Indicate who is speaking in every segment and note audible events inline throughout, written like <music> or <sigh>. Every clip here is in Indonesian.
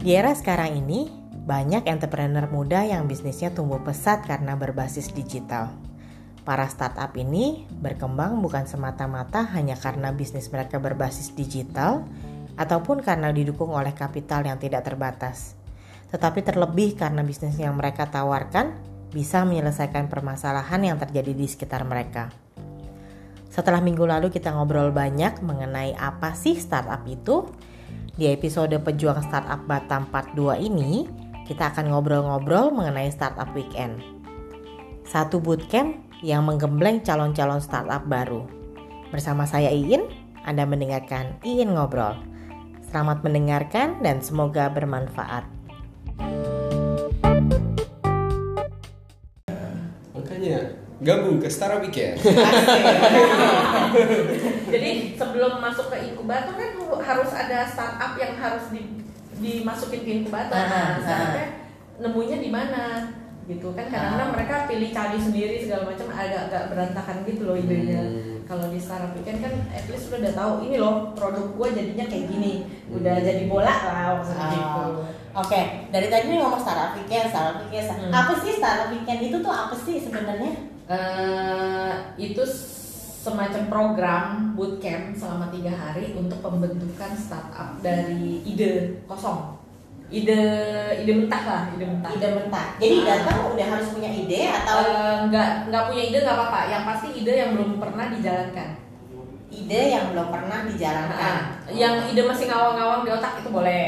Speaker 1: Di era sekarang ini, banyak entrepreneur muda yang bisnisnya tumbuh pesat karena berbasis digital. Para startup ini berkembang bukan semata-mata hanya karena bisnis mereka berbasis digital ataupun karena didukung oleh kapital yang tidak terbatas, tetapi terlebih karena bisnis yang mereka tawarkan bisa menyelesaikan permasalahan yang terjadi di sekitar mereka. Setelah minggu lalu kita ngobrol banyak mengenai apa sih startup itu, di episode Pejuang Startup Batam Part 2 ini, kita akan ngobrol-ngobrol mengenai Startup Weekend. Satu bootcamp yang menggembleng calon-calon startup baru. Bersama saya Iin, Anda mendengarkan Iin Ngobrol. Selamat mendengarkan dan semoga bermanfaat.
Speaker 2: Makanya gabung ke Startup <laughs> Weekend.
Speaker 3: Jadi sebelum masuk ke inkubator kan harus ada startup yang harus di- dimasukin ke inkubator.
Speaker 1: Ah,
Speaker 3: Nah, startupnya nemunya di mana? Gitu kan
Speaker 1: Ah.
Speaker 3: karena mereka pilih cari sendiri segala macam agak-agak berantakan gitu loh idenya.
Speaker 2: Hmm.
Speaker 3: Kalau di startup weekend kan at least udah tahu ini loh produk gua jadinya kayak gini.
Speaker 1: Hmm.
Speaker 3: Udah jadi bola lah maksudnya
Speaker 1: Ah.
Speaker 3: gitu.
Speaker 1: Oke, dari tadi nih ngomong startup weekend, startup weekend.
Speaker 3: Hmm.
Speaker 1: Apa sih startup weekend itu tuh apa sih sebenarnya?
Speaker 3: Eh, itu semacam program bootcamp selama tiga hari untuk pembentukan startup dari ide kosong ide ide mentah lah ide mentah
Speaker 1: Ide mentah. Jadi datang udah harus punya ide atau
Speaker 3: Eh, nggak nggak punya ide nggak apa-apa yang pasti ide yang belum pernah dijalankan
Speaker 1: ide yang belum pernah dijalankan. Oh.
Speaker 3: Nah, yang ide masih ngawang-ngawang di otak itu boleh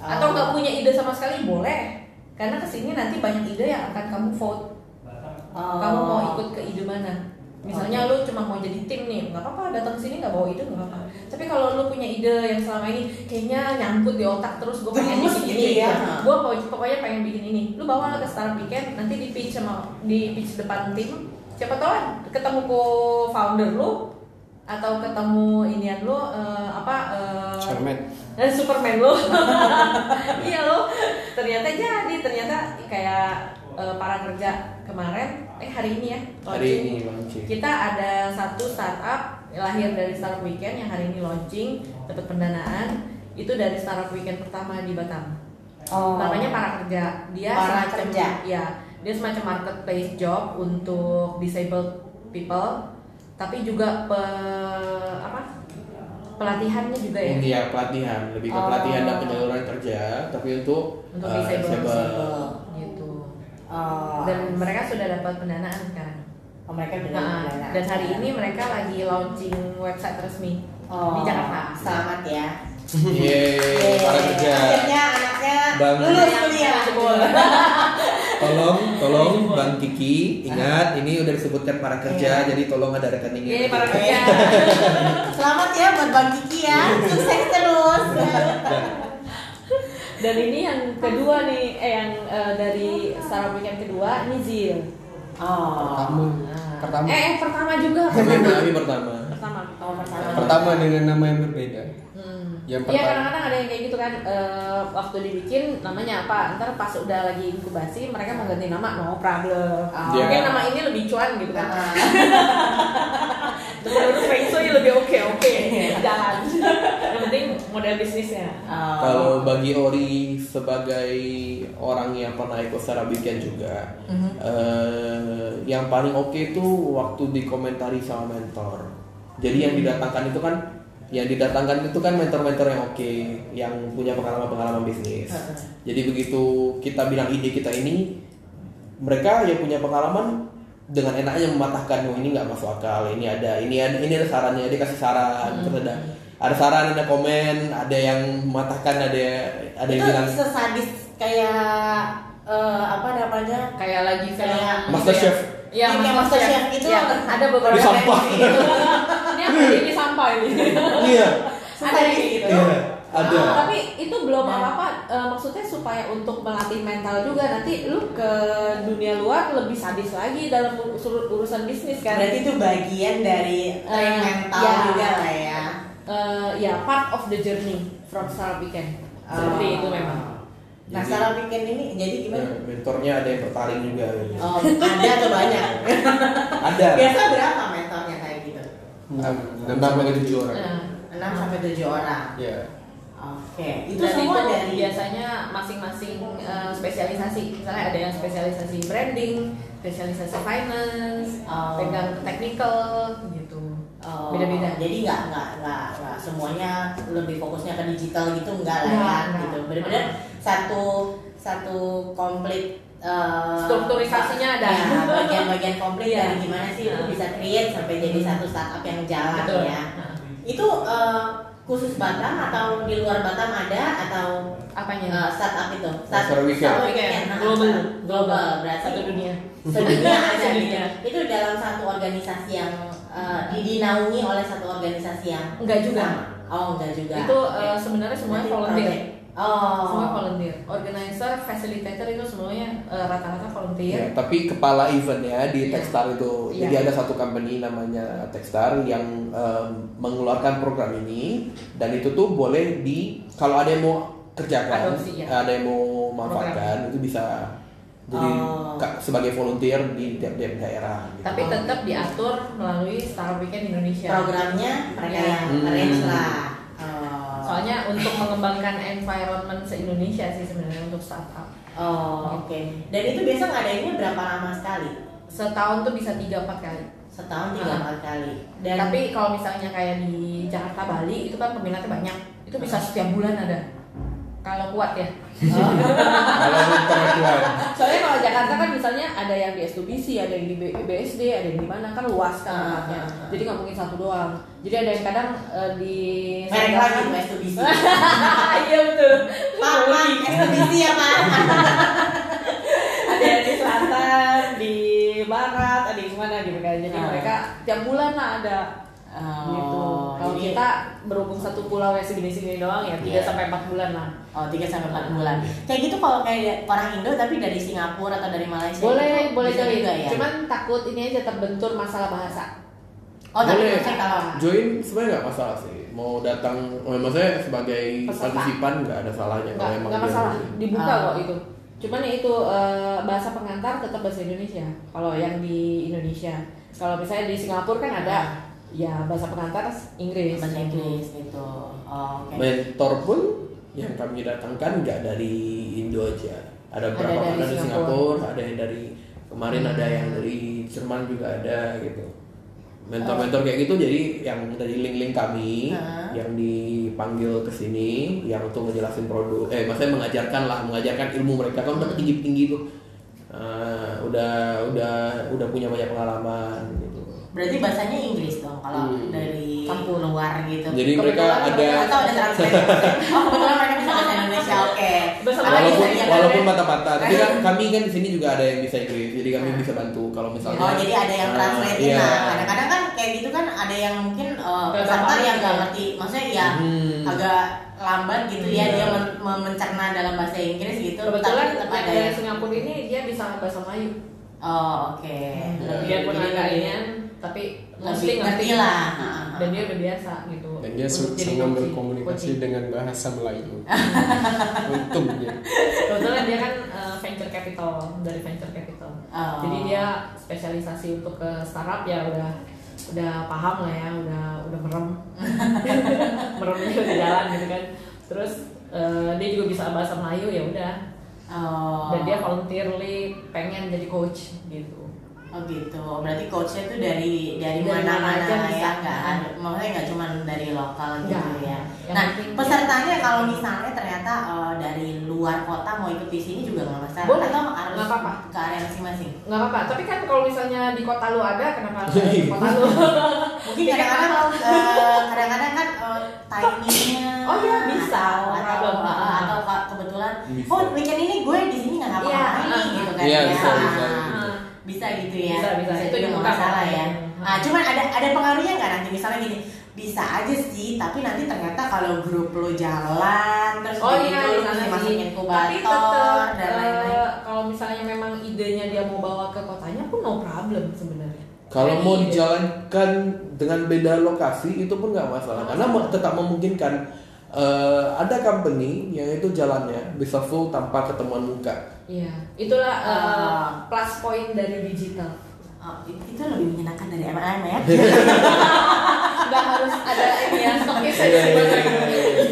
Speaker 3: atau nggak punya ide sama sekali boleh karena kesini nanti banyak ide yang akan kamu vote
Speaker 1: Oh.
Speaker 3: kamu mau ikut ke ide mana misalnya lu cuma mau jadi tim nih nggak apa-apa datang ke sini nggak bawa ide nggak apa-apa tapi kalau lu punya ide yang selama ini kayaknya nyangkut di otak terus gue pengen
Speaker 1: Terus
Speaker 3: bikin
Speaker 1: gitu
Speaker 3: ini
Speaker 1: ya.
Speaker 3: gue pokoknya pengen bikin ini lu bawa lah ke startup weekend nanti di pitch sama di pitch depan tim siapa tahu ketemu co-founder lu atau ketemu inian lu eh, apa eh,
Speaker 2: Cermet.
Speaker 3: Eh, Superman lo <laughs> iya lo ternyata jadi ternyata kayak eh, para kerja kemarin eh hari ini ya
Speaker 2: Hari
Speaker 3: launching.
Speaker 2: ini launching.
Speaker 3: kita ada satu startup lahir dari startup weekend yang hari ini launching dapat pendanaan itu dari startup weekend pertama di Batam
Speaker 1: Oh.
Speaker 3: namanya para kerja dia
Speaker 1: Para
Speaker 3: semacam
Speaker 1: Kerja.
Speaker 3: ya dia semacam marketplace job untuk disabled people tapi juga pe, apa pelatihannya juga ya
Speaker 2: Iya pelatihan, lebih ke
Speaker 1: Oh.
Speaker 2: pelatihan dan penyaluran kerja, tapi untuk,
Speaker 3: untuk
Speaker 2: eh,
Speaker 3: disable,
Speaker 2: disable.
Speaker 3: gitu
Speaker 1: Oh.
Speaker 3: dan mereka sudah dapat pendanaan sekarang
Speaker 1: Oh, mereka udah
Speaker 3: Nah,
Speaker 1: dijalankan.
Speaker 3: dan hari ini mereka lagi launching website resmi
Speaker 1: Oh,
Speaker 3: di Jakarta
Speaker 1: Selamat ya.
Speaker 2: <laughs> Yeay, para kerja.
Speaker 1: Akhirnya anaknya
Speaker 2: Bang.
Speaker 1: lulus
Speaker 3: Iya,
Speaker 1: kuliah.
Speaker 3: Jebol.
Speaker 2: Tolong, tolong Bang Kiki, ingat ini udah disebutkan para kerja, jadi tolong ada rekeningnya.
Speaker 3: Iya. Yeay, para kerja
Speaker 1: Selamat ya buat Bang Kiki ya. Sukses terus.
Speaker 3: dan ini yang kedua nih eh yang eh, dari startup weekend kedua ini Zil
Speaker 1: Oh.
Speaker 2: Pertama,
Speaker 3: Nah.
Speaker 2: pertama.
Speaker 3: eh eh, pertama juga
Speaker 2: Ini
Speaker 3: pertama
Speaker 2: ini pertama.
Speaker 3: pertama
Speaker 1: Oh, pertama.
Speaker 2: Pertama dengan nama yang berbeda.
Speaker 3: Hmm.
Speaker 2: Yang
Speaker 3: Iya
Speaker 2: pertama.
Speaker 3: kadang-kadang ada yang kayak gitu kan eh, waktu dibikin namanya apa ntar pas udah lagi inkubasi mereka mau ganti nama no problem
Speaker 1: Ah.
Speaker 2: Iya.
Speaker 3: mungkin nama ini lebih cuan gitu kan
Speaker 1: Ah.
Speaker 3: menurut Feng Shui lebih oke oke <laughs> jalan yang penting model bisnisnya
Speaker 1: Oh.
Speaker 2: Kalau bagi Ori sebagai orang yang pernah ikut secara weekend juga, eh, yang paling oke itu waktu dikomentari sama mentor. Jadi yang didatangkan itu kan, yang didatangkan itu kan mentor-mentor yang oke, yang punya pengalaman-pengalaman bisnis. Jadi begitu kita bilang ide kita ini, mereka yang punya pengalaman dengan enaknya mematahkan oh ini nggak masuk akal ini ada ini ada ini ada sarannya dia kasih saran terus ada ada saran ada komen ada yang mematahkan ada ada yang
Speaker 1: itu
Speaker 2: bilang
Speaker 1: sesadis kayak eh, apa namanya?
Speaker 3: kayak lagi
Speaker 1: Kayak
Speaker 3: film gitu
Speaker 2: Master Chef.
Speaker 3: Iya,
Speaker 1: Iya, kayak
Speaker 3: Master
Speaker 1: Master
Speaker 3: Chef.
Speaker 1: Chef. Itu
Speaker 3: Iya,
Speaker 1: yang-
Speaker 3: ada beberapa
Speaker 2: Di sampah.
Speaker 3: yang kayak gitu. ini apa ini sampah <laughs> ini
Speaker 2: iya
Speaker 3: ada yang kayak gitu
Speaker 2: iya ada
Speaker 3: Ah, tapi itu belum apa-apa eh, maksudnya supaya untuk melatih mental juga nanti lu ke dunia luar lebih sadis lagi dalam ur- sur- urusan bisnis kan
Speaker 1: Berarti itu bagian dari
Speaker 3: Eh,
Speaker 1: training mental
Speaker 3: iya.
Speaker 1: juga lah ya.
Speaker 3: Eh, ya part of the journey from startup weekend seperti
Speaker 1: Oh.
Speaker 3: itu memang
Speaker 1: Nah,
Speaker 2: Jadi-
Speaker 1: salah bikin ini jadi
Speaker 2: Ya,
Speaker 1: gimana?
Speaker 2: mentornya ada yang bertaring juga gitu.
Speaker 1: Oh, Ya. ada atau banyak?
Speaker 2: ada Hmm.
Speaker 1: Biasa berapa mentornya kayak gitu?
Speaker 2: enam enam sampai tujuh orang
Speaker 3: Nah,
Speaker 1: 6 sampai 7 orang.
Speaker 2: ya
Speaker 1: Oke, itu
Speaker 3: Dan
Speaker 1: semua dari
Speaker 3: biasanya masing-masing eh, spesialisasi. Misalnya ada yang spesialisasi branding, spesialisasi finance,
Speaker 1: Oh.
Speaker 3: pegang technical gitu.
Speaker 1: Oh,
Speaker 3: Beda-beda.
Speaker 1: Jadi nggak nggak nggak nggak semuanya lebih fokusnya ke digital gitu nggak lah
Speaker 3: Nggak,
Speaker 1: ya
Speaker 3: nggak.
Speaker 1: gitu. Benar-benar satu satu komplit eh,
Speaker 3: Strukturisasinya ada.
Speaker 1: ya, bagian-bagian
Speaker 3: <laughs>
Speaker 1: komplit
Speaker 3: Iya.
Speaker 1: dari gimana sih itu
Speaker 3: Nah.
Speaker 1: bisa create sampai jadi satu startup yang jalan
Speaker 3: Betul.
Speaker 1: ya.
Speaker 3: Nah,
Speaker 1: Itu eh, khusus Batam atau di luar Batam ada atau
Speaker 3: apanya?
Speaker 1: eh, startup itu?
Speaker 2: Startup weekend.
Speaker 1: startup weekend. Nah,
Speaker 3: Global.
Speaker 1: global berarti
Speaker 3: Satu dunia.
Speaker 1: sedunia ada
Speaker 3: Sedunia.
Speaker 1: gitu. itu dalam satu organisasi yang eh, didinaungi oleh satu organisasi yang
Speaker 3: Enggak juga.
Speaker 1: sama. oh enggak juga
Speaker 3: Itu eh, sebenarnya semuanya
Speaker 1: Berarti
Speaker 3: volunteer.
Speaker 1: project. oh
Speaker 3: Semua volunteer. Organizer, facilitator itu semuanya eh, rata-rata volunteer.
Speaker 2: Ya, tapi kepala event ya di
Speaker 3: Iya.
Speaker 2: Techstar itu.
Speaker 3: Iya.
Speaker 2: Jadi ada satu company namanya Techstar yang em, mengeluarkan program ini dan itu tuh boleh di kalau ada yang mau kerjakan,
Speaker 3: Adopsi, ya.
Speaker 2: ada yang mau manfaatkan itu bisa jadi
Speaker 1: Oh.
Speaker 2: ka- sebagai volunteer di tiap-tiap daerah. gitu.
Speaker 3: Tapi tetap diatur melalui Startup Weekend Indonesia.
Speaker 1: programnya mereka
Speaker 3: Iya.
Speaker 1: yang
Speaker 2: Hmm.
Speaker 1: arrange lah oh.
Speaker 3: Soalnya untuk mengembangkan environment se-Indonesia sih sebenarnya untuk startup.
Speaker 1: oh oke dan itu biasa ngadainnya berapa lama sekali
Speaker 3: Setahun tuh bisa 3-4 kali.
Speaker 1: setahun tiga
Speaker 3: Ah.
Speaker 1: empat kali dan
Speaker 3: Tapi kalau misalnya kayak di Jakarta Bali itu kan peminatnya banyak. Itu bisa
Speaker 1: Nah.
Speaker 3: setiap bulan ada. Kalau kuat ya.
Speaker 2: Kalau lu perempuan.
Speaker 3: Soalnya kalau Jakarta kan misalnya ada yang di S2BC, ada yang di B- BSD, ada yang di mana kan luas kan
Speaker 1: Ah,
Speaker 3: tempatnya.
Speaker 1: ah, ah.
Speaker 3: Jadi nggak mungkin satu doang. Jadi ada yang kadang eh, di
Speaker 1: merek lagi mas tuh bisa
Speaker 3: <laughs>
Speaker 1: <laughs>
Speaker 3: Iya betul.
Speaker 1: paman ekspedisi ya pak
Speaker 3: ada yang di selatan, di barat, ada yang mana gitu kan. Jadi
Speaker 1: Ah.
Speaker 3: mereka tiap bulan lah ada gitu.
Speaker 1: Oh,
Speaker 3: Kalau
Speaker 1: jadi-
Speaker 3: kita berhubung satu pulau ya segini-segini doang ya 3
Speaker 1: Iya.
Speaker 3: sampai 4 bulan lah.
Speaker 1: Oh, 3 sampai 4 bulan. Kayak gitu kalau kayak orang Indo tapi dari Singapura atau dari Malaysia.
Speaker 3: Boleh,
Speaker 1: gitu,
Speaker 3: boleh
Speaker 1: bisa
Speaker 3: jadi.
Speaker 1: juga ya.
Speaker 3: Cuman takut ini aja terbentur masalah bahasa.
Speaker 1: oh, tapi
Speaker 2: Boleh.
Speaker 1: maksudnya kalau
Speaker 2: Join sebenarnya nggak masalah sih. Mau datang, eh, maksudnya sebagai
Speaker 3: Peserta.
Speaker 2: partisipan nggak ada salahnya
Speaker 4: Oh,
Speaker 2: kalau emang
Speaker 3: Nggak,
Speaker 4: iya.
Speaker 3: nggak
Speaker 2: dia
Speaker 3: masalah,
Speaker 2: join.
Speaker 3: dibuka
Speaker 1: Ah.
Speaker 3: kok itu. Cuman ya itu eh, bahasa pengantar tetap bahasa Indonesia. Kalau yang di Indonesia, kalau misalnya di Singapura kan ada ya bahasa pengantar Inggris.
Speaker 1: Ah. bahasa Inggris gitu. Oh, oke.
Speaker 2: mentor pun yang kami datangkan nggak dari Indo aja ada
Speaker 3: Ada
Speaker 2: beberapa
Speaker 3: dari
Speaker 2: kan dari
Speaker 3: Singapura. Hmm.
Speaker 2: Singapura ada yang dari kemarin ada yang dari Jerman juga ada gitu
Speaker 3: Oh.
Speaker 2: mentor-mentor kayak gitu jadi yang dari link-link kami
Speaker 1: Ah.
Speaker 2: yang dipanggil ke sini yang untuk ngejelasin produk eh maksudnya mengajarkan lah mengajarkan ilmu mereka kan
Speaker 3: Hmm.
Speaker 2: udah tinggi tinggi tuh Eh, udah udah udah punya banyak pengalaman gitu
Speaker 1: Berarti bahasanya Inggris dong kalau
Speaker 2: Hmm.
Speaker 1: dari
Speaker 3: Campur.
Speaker 1: luar gitu.
Speaker 2: jadi mereka
Speaker 3: Kebetulan
Speaker 2: ada
Speaker 1: atau ada
Speaker 3: <laughs>
Speaker 1: translation. oh, kebetulan mereka bisa bahasa Indonesia. Oke.
Speaker 3: Bahasa
Speaker 1: kan Ada
Speaker 2: walaupun
Speaker 1: bisa juga.
Speaker 2: walaupun patah-patah tapi kan kami kan di sini juga ada yang bisa Inggris jadi kami bisa bantu kalau misalnya
Speaker 1: Oh jadi ada yang
Speaker 2: Ah,
Speaker 1: translate
Speaker 2: iya.
Speaker 1: nah kadang-kadang kan kayak gitu kan ada yang mungkin eh,
Speaker 3: Nggak
Speaker 1: peserta
Speaker 3: paham
Speaker 1: yang nggak
Speaker 3: gitu.
Speaker 1: ngerti maksudnya ya
Speaker 2: Hmm.
Speaker 1: agak lambat gitu ya
Speaker 2: Iya.
Speaker 1: dia men- men- mencerna dalam bahasa Inggris gitu
Speaker 3: Kebetulan
Speaker 1: tapi tetap
Speaker 3: yang
Speaker 1: ada
Speaker 3: dari
Speaker 1: yang
Speaker 3: Singapura ini dia bisa bahasa Melayu.
Speaker 1: oh oke
Speaker 2: Hmm.
Speaker 1: Lebih-
Speaker 3: Dia pun
Speaker 1: jadi
Speaker 3: agak
Speaker 1: lebih-
Speaker 3: inian, tapi
Speaker 1: lebih
Speaker 3: mostly
Speaker 1: ngerti lah Ah, ah.
Speaker 3: Dan dia udah biasa gitu.
Speaker 4: Dan dia
Speaker 3: Untuk
Speaker 4: se-
Speaker 3: jadi
Speaker 4: semua
Speaker 3: coaching-
Speaker 4: berkomunikasi
Speaker 3: coaching.
Speaker 4: dengan bahasa
Speaker 1: <laughs>
Speaker 4: Melayu. Untungnya.
Speaker 3: Kebetulan dia kan eh, venture capital dari venture capital.
Speaker 1: Oh.
Speaker 3: Jadi dia spesialisasi untuk ke startup ya udah udah paham lah ya, udah udah
Speaker 1: <laughs>
Speaker 3: merem. Meremnya udah jalan gitu kan. Terus eh, dia juga bisa bahasa Melayu ya udah.
Speaker 1: oh
Speaker 3: Dan dia voluntarily pengen jadi coach gitu.
Speaker 1: oh gitu berarti coachnya tuh dari dari
Speaker 3: Dari mana
Speaker 1: mana-mana
Speaker 3: aja bisa. Iya.
Speaker 1: ya nggak ada- maksudnya nggak cuma dari lokal gitu
Speaker 3: Nggak.
Speaker 1: ya
Speaker 3: Yang
Speaker 1: nah
Speaker 3: penting-
Speaker 1: pesertanya kalau misalnya ternyata eh, dari luar kota mau ikut di sini juga nggak masalah
Speaker 3: Boleh.
Speaker 1: atau harus
Speaker 3: Nggak apa-apa.
Speaker 1: ke area masing-masing
Speaker 3: nggak apa-apa tapi kan kalau misalnya di kota lu ada kenapa
Speaker 1: <laughs>
Speaker 3: harus ada di kota lu
Speaker 1: mungkin
Speaker 3: Jadi
Speaker 1: kadang-kadang
Speaker 3: kalau-
Speaker 1: eh,
Speaker 3: <laughs>
Speaker 1: kadang-kadang kan eh, timingnya
Speaker 3: Oh iya, bisa.
Speaker 1: atau atau,
Speaker 3: Problem.
Speaker 1: eh, atau ke- kebetulan
Speaker 2: Bisa.
Speaker 1: oh weekend ini gue di sini nggak ngapa-ngapain nih,"
Speaker 3: Iya, ah,
Speaker 1: gitu
Speaker 3: ah.
Speaker 1: kan
Speaker 2: Iya,
Speaker 1: ya.
Speaker 2: bisa, bisa.
Speaker 1: Ah, bisa gitu ya
Speaker 3: Bisa, bisa.
Speaker 1: juga
Speaker 3: Itu
Speaker 1: nggak
Speaker 3: dibuka
Speaker 1: masalah ya
Speaker 3: kok.
Speaker 1: ah cuman ada ada pengaruhnya nggak nanti misalnya gini bisa aja sih tapi nanti ternyata kalau grup lo jalan terus
Speaker 3: oh
Speaker 1: gitu,
Speaker 3: iya
Speaker 1: lo
Speaker 3: di sana
Speaker 1: mesti
Speaker 3: sih
Speaker 1: masukin
Speaker 3: tapi tetap
Speaker 1: inkubator dan lain-lain
Speaker 3: eh, kalau misalnya memang idenya dia mau bawa ke kotanya pun no problem sebenarnya
Speaker 2: kalau
Speaker 3: Jadi
Speaker 2: mau
Speaker 3: ide.
Speaker 2: dijalankan dengan beda lokasi itu pun nggak masalah karena me- tetap memungkinkan eh, ada company yang itu jalannya bisa full tanpa ketemuan muka
Speaker 1: <laughs>
Speaker 3: iya itulah eh,
Speaker 1: Ah.
Speaker 3: plus point dari digital
Speaker 1: Oh, itu lebih menyenangkan dari MLM ya
Speaker 2: <laughs>
Speaker 3: nggak harus ada ini ya stokis aja
Speaker 2: Iya, iya, iya, iya.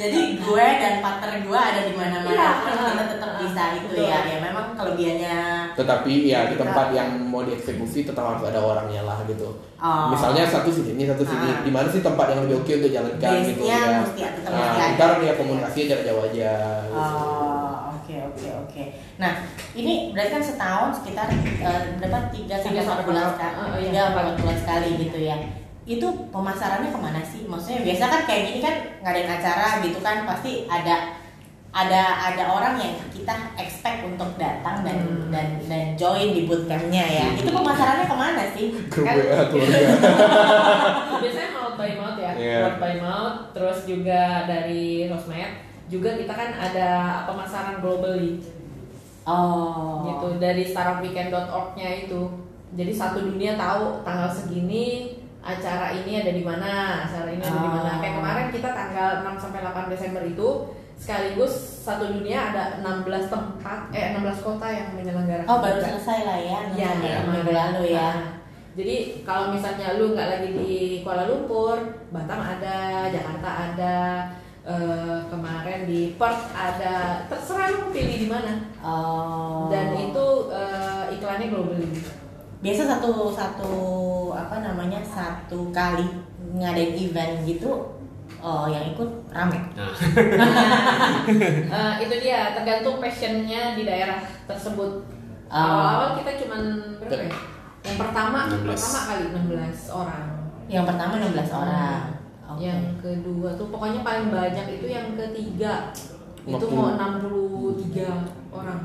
Speaker 1: Jadi gue dan partner gue ada di
Speaker 3: Nah, Iya.
Speaker 1: mana-mana, terus kita tetap bisa itu
Speaker 3: Betul.
Speaker 1: ya. Ya memang kelebihannya
Speaker 2: Tetapi ya di tempat yang mau dieksekusi tetap harus ada orangnya lah gitu.
Speaker 1: Oh.
Speaker 2: Misalnya satu sini, ini satu sini.
Speaker 1: Ah.
Speaker 2: Di mana sih tempat yang lebih oke untuk jalankan gitu
Speaker 1: base-nya
Speaker 2: ya.
Speaker 1: mesti tetap mesti
Speaker 2: Nah,
Speaker 1: ada.
Speaker 2: ntar dia komunikasinya jarak jauh aja. gitu.
Speaker 1: Oh, oke oke oke. Nah, ini berarti kan setahun sekitar eh, berapa tiga sampai
Speaker 3: Tiga
Speaker 1: empat
Speaker 3: sampai
Speaker 1: bulan
Speaker 3: empat.
Speaker 1: sekali,
Speaker 3: Oh, iya.
Speaker 1: tiga sampai empat bulan sekali gitu ya. Itu pemasarannya kemana sih? Maksudnya biasa kan kayak gini kan ngadain acara gitu kan pasti ada ada ada orang yang kita expect untuk datang dan
Speaker 3: Hmm.
Speaker 1: dan dan join di bootcampnya ya. Itu pemasarannya kemana sih?
Speaker 2: Grup
Speaker 3: Kan-
Speaker 2: WA keluarga.
Speaker 3: biasanya mouth by mouth ya
Speaker 2: Iya.
Speaker 3: mouth by mouth terus juga dari sosmed juga kita kan ada pemasaran globally
Speaker 1: Oh,
Speaker 3: gitu dari startupweekend.org-nya itu jadi satu dunia tahu tanggal segini acara ini ada di mana acara ini ada di mana
Speaker 1: Oh.
Speaker 3: kayak kemarin kita tanggal 6 sampai 8 Desember itu sekaligus satu dunia ada 16 tempat eh 16 kota yang menyelenggarakan
Speaker 1: Oh baru
Speaker 3: juga.
Speaker 1: selesai lah ya,
Speaker 3: Iya,
Speaker 1: ya,
Speaker 3: yang
Speaker 1: minggu
Speaker 3: kemarin.
Speaker 1: lalu ya.
Speaker 3: Nah, Jadi kalau misalnya lu nggak lagi di Kuala Lumpur, Batam ada, Jakarta ada, eh, kemarin di Perth ada, terserah lu pilih di mana.
Speaker 1: Oh.
Speaker 3: Dan itu eh, iklannya global.
Speaker 1: biasa satu satu apa namanya satu kali ngadain event gitu oh yang ikut rame
Speaker 3: Eh, itu dia tergantung passionnya di daerah tersebut.
Speaker 1: Oh.
Speaker 3: Awal-awal kita cuman berapa ya? Yang pertama,
Speaker 4: 16.
Speaker 3: pertama kali 16 orang.
Speaker 1: yang pertama 16 orang Oke.
Speaker 3: Hmm. Yang kedua tuh pokoknya paling banyak itu yang ketiga. Itu
Speaker 2: 50.
Speaker 3: mau 63 orang.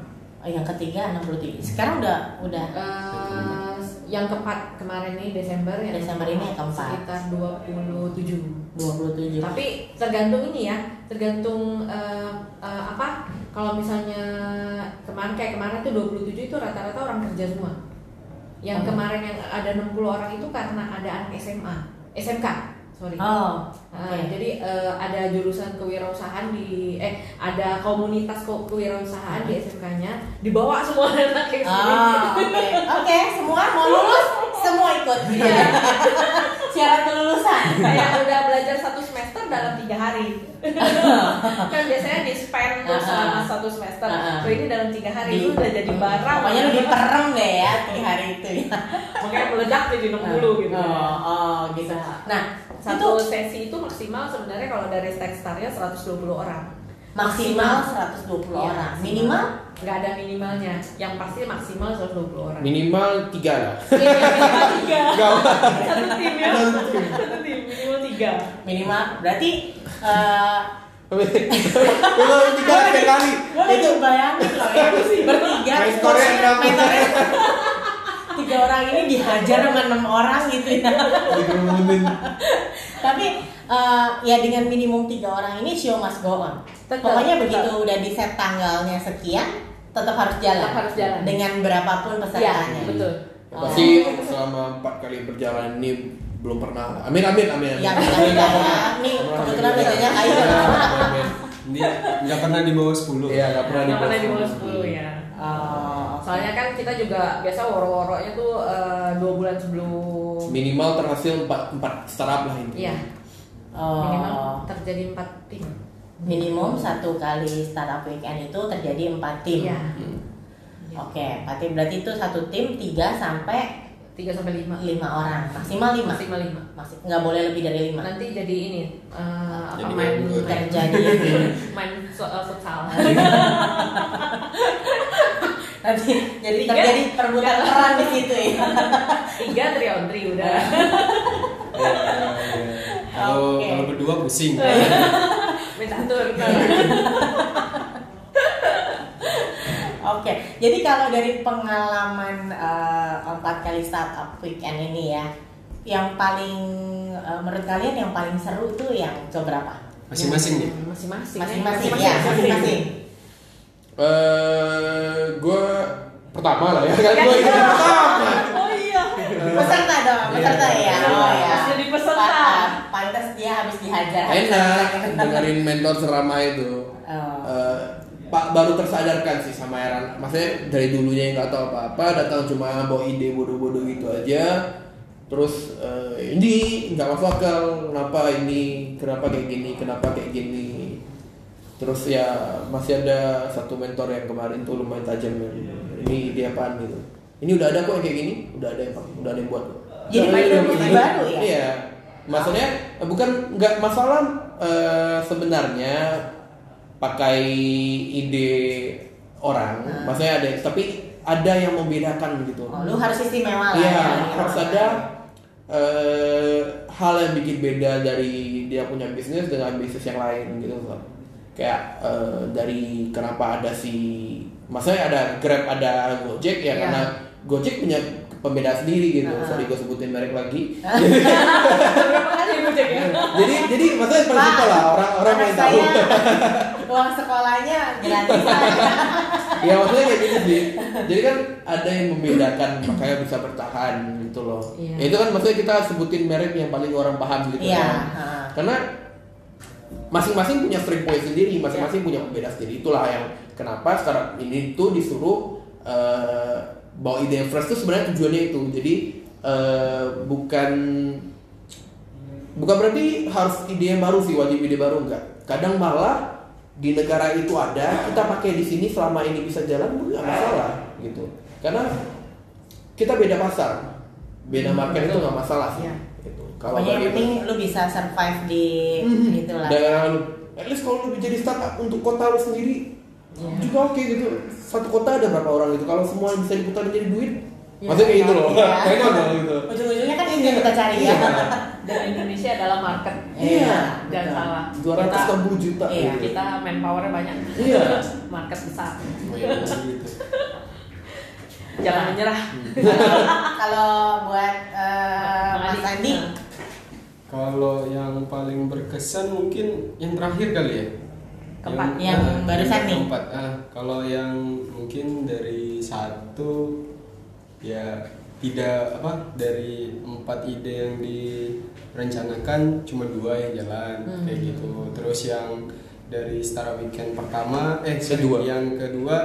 Speaker 1: oh, yang ketiga 63 sekarang udah udah
Speaker 3: Eh, yang keempat kemarin nih Desember yang
Speaker 1: Desember ini yang keempat.
Speaker 3: Eh, sekitar 27
Speaker 1: 27
Speaker 3: tapi tergantung ini ya tergantung eh, eh, apa kalau misalnya kemarin kayak kemarin tuh 27 itu rata-rata orang kerja semua yang
Speaker 1: Hmm.
Speaker 3: kemarin yang ada 60 orang itu karena ada anak SMA SMK sorry
Speaker 1: oh
Speaker 3: Nah,
Speaker 1: Oke.
Speaker 3: Jadi eh, ada jurusan kewirausahaan di eh ada komunitas ko- kewirausahaan di SMK-nya dibawa semua <laughs> anak ke sini.
Speaker 1: oh oke Oke, semua mau lulus semua
Speaker 3: <laughs>
Speaker 1: ikut
Speaker 3: Iya.
Speaker 1: syarat kelulusan
Speaker 3: kayak udah belajar satu semester dalam tiga
Speaker 1: <laughs>
Speaker 3: hari kan biasanya di spend
Speaker 1: Ah.
Speaker 3: tuh selama satu semester
Speaker 1: Ah.
Speaker 3: so ini dalam tiga hari
Speaker 1: Di-
Speaker 3: itu udah jadi barang
Speaker 1: pokoknya lebih perem deh ya di hari itu ya
Speaker 3: makanya meledak jadi 60 gitu
Speaker 1: oh, oh gitu nah itu
Speaker 3: satu sesi itu maksimal sebenarnya kalau dari Techstarnya 120 orang
Speaker 1: maksimal 120
Speaker 3: Iya,
Speaker 1: orang
Speaker 3: maksimal.
Speaker 1: minimal
Speaker 3: nggak ada minimalnya yang pasti maksimal 120 orang
Speaker 2: Minimal tiga lah.
Speaker 3: Iya, minimal tiga
Speaker 2: Gak
Speaker 3: satu tim ya satu tim minimal tiga
Speaker 1: minimal berarti eh
Speaker 2: Minimal tiga tiga kali.
Speaker 1: gue lagi bayangin loh <laughs> ya bertiga
Speaker 2: Mentornya berapa?
Speaker 1: mentornya tiga orang ini dihajar sama enam orang gitu ya
Speaker 3: <laughs>
Speaker 2: Dikerubunin.
Speaker 1: tapi eh, ya dengan minimum tiga orang ini show must go on
Speaker 3: Tetap,
Speaker 1: pokoknya
Speaker 3: tetap.
Speaker 1: begitu udah di set tanggalnya sekian tetap harus jalan
Speaker 3: Tetap harus jalan.
Speaker 1: dengan berapapun pesertanya
Speaker 3: Iya, betul
Speaker 2: Pasti selama empat kali perjalanan ini belum pernah. Amin amin amin.
Speaker 3: Iya.
Speaker 2: amin.
Speaker 1: yang kita
Speaker 2: Nggak pernah.
Speaker 1: ya
Speaker 3: <laughs>
Speaker 1: nih
Speaker 2: Nggak pernah.
Speaker 1: kebetulan bedanya kayu
Speaker 2: Amin.
Speaker 4: Ini nggak pernah di bawah 10
Speaker 2: Iya nggak pernah
Speaker 3: nggak pernah di bawah 10
Speaker 2: 10
Speaker 3: ya
Speaker 1: Oh,
Speaker 3: Soalnya kan kita juga biasa woro-woronya tuh eh, dua bulan sebelum
Speaker 2: Minimal terhasil empat empat startup lah ini.
Speaker 3: Iya,
Speaker 1: oh.
Speaker 3: minimal terjadi empat tim
Speaker 1: minimum satu kali startup weekend itu terjadi empat tim.
Speaker 3: Iya,
Speaker 1: Oke, empat tim berarti itu satu tim 3 sampai
Speaker 3: tiga sampai lima
Speaker 1: lima orang maksimal lima.
Speaker 3: Maksimal lima
Speaker 1: Masih nggak boleh lebih dari lima.
Speaker 3: Nanti jadi ini eh, apa
Speaker 4: Jadi
Speaker 3: main
Speaker 4: main
Speaker 3: main,
Speaker 1: Terjadi <laughs>
Speaker 3: main so- eh, futsal
Speaker 1: nanti
Speaker 3: <laughs>
Speaker 1: jadi
Speaker 3: Tiga.
Speaker 1: terjadi perebutan
Speaker 3: Tiga.
Speaker 1: peran di situ
Speaker 3: <laughs>
Speaker 1: ya.
Speaker 3: Tiga tri on three udah
Speaker 4: Iya, iya. Kalau
Speaker 1: Oke.
Speaker 4: kalau berdua pusing.
Speaker 3: Iya.
Speaker 1: Iya.
Speaker 3: <laughs> Minta tur
Speaker 1: Oke, jadi kalau dari pengalaman eh, empat kali startup weekend ini ya, yang paling eh, menurut kalian yang paling seru tuh yang keberapa?
Speaker 4: Masing-masing nih.
Speaker 3: Masing-masing
Speaker 1: Masing-masing ya, masing-masing.
Speaker 2: Eh, gue pertama lah ya kan gue ini pertama.
Speaker 3: Oh iya
Speaker 2: Eh.
Speaker 1: peserta dong peserta
Speaker 4: Iya.
Speaker 1: ya oh ya
Speaker 3: Pas jadi peserta.
Speaker 1: Pantas- pantas dia habis dihajar
Speaker 2: Enak dengerin mentor serama itu.
Speaker 1: Oh.
Speaker 2: Eh, Pak baru tersadarkan sih sama Eran. Maksudnya dari dulunya yang nggak tahu apa-apa, datang cuma bawa ide bodoh-bodoh gitu aja. terus eh, ini nggak masuk akal kenapa ini kenapa kayak gini kenapa kayak gini terus ya masih ada satu mentor yang kemarin tuh lumayan tajam ini dia apaan gitu ini udah ada kok yang kayak gini udah ada emang udah ada yang buat kok.
Speaker 1: Jadi
Speaker 2: Udah ada yang
Speaker 1: mainan
Speaker 2: buat.
Speaker 1: baru ya?
Speaker 2: iya maksudnya eh, bukan nggak masalah eh, sebenarnya pakai ide orang maksudnya ada tapi ada yang membedakan gitu
Speaker 1: Ah. Oh, lu harus istimewa lah
Speaker 2: Iya,
Speaker 1: ya.
Speaker 2: harus ada
Speaker 1: kan?
Speaker 2: eh, hal yang bikin beda dari dia punya bisnis dengan bisnis yang lain gitu loh. Kayak eh, dari kenapa ada si, maksudnya ada Grab, ada Gojek
Speaker 1: Iya.
Speaker 2: ya karena Gojek punya pembeda sendiri gitu.
Speaker 1: Ah.
Speaker 2: Sorry gue sebutin merek lagi.
Speaker 3: Berapa kali gue cek
Speaker 4: <laughs>
Speaker 3: ya?
Speaker 2: jadi jadi maksudnya prinsipal Kan lah orang-orang
Speaker 1: anak
Speaker 2: yang tahu.
Speaker 1: saya uang sekolahnya gratis
Speaker 2: <laughs>
Speaker 1: lah.
Speaker 2: ya maksudnya kayak gitu sih jadi kan ada yang membedakan makanya bisa bertahan gitu loh
Speaker 5: Iya.
Speaker 2: Ya, itu kan maksudnya kita sebutin merek yang paling orang paham gitu
Speaker 1: Iya,
Speaker 2: kan.
Speaker 1: ha.
Speaker 2: karena masing-masing punya strip point
Speaker 1: Iya.
Speaker 2: sendiri masing-masing punya pembeda sendiri itulah yang kenapa sekarang ini tuh disuruh eh, bawa ide yang fresh tuh sebenarnya tujuannya itu jadi eh, bukan bukan berarti harus ide yang baru sih wajib ide baru enggak kadang malah di negara itu ada kita pakai di sini selama ini bisa jalan pun nggak masalah gitu karena kita beda pasar beda market itu nggak masalah sih
Speaker 1: Iya.
Speaker 2: gitu. kalau Mm-hmm.
Speaker 1: Pokoknya yang
Speaker 2: bagi-
Speaker 1: penting lu bisa survive di itulah.
Speaker 2: daerah lu at least kalau lu jadi startup untuk kota lu sendiri juga oke gitu satu kota ada berapa orang gitu kalau semua yang bisa diputar jadi duit
Speaker 1: Ya,
Speaker 2: maksudnya kayak gitu loh
Speaker 1: iya.
Speaker 2: <laughs> kayak dong gitu
Speaker 1: Ujung-ujungnya kan itu yang kita cari ya.
Speaker 3: Dan Indonesia adalah market.
Speaker 2: Iya.
Speaker 3: Jangan
Speaker 1: betul.
Speaker 3: salah.
Speaker 2: dua ratus
Speaker 3: Kita-
Speaker 2: juta
Speaker 1: Iya,
Speaker 2: gitu.
Speaker 3: Kita manpowernya banyak.
Speaker 2: Iya.
Speaker 3: <laughs> market besar.
Speaker 4: Oh, iya, gitu.
Speaker 3: Jangan menyerah.
Speaker 1: Kalau buat
Speaker 3: Nah,
Speaker 1: eh, Mas
Speaker 3: Adi.
Speaker 1: Andi,
Speaker 4: Kalau yang paling berkesan mungkin yang terakhir kali ya.
Speaker 3: Keempat,
Speaker 1: yang
Speaker 4: ah,
Speaker 1: barusan nih.
Speaker 4: Keempat. Ah, kalau yang mungkin dari satu ya tidak apa dari empat ide yang direncanakan cuma dua yang jalan
Speaker 1: Hmm.
Speaker 4: kayak gitu. Terus yang dari Star Weekend pertama eh sorry,
Speaker 2: Kedua.
Speaker 4: yang kedua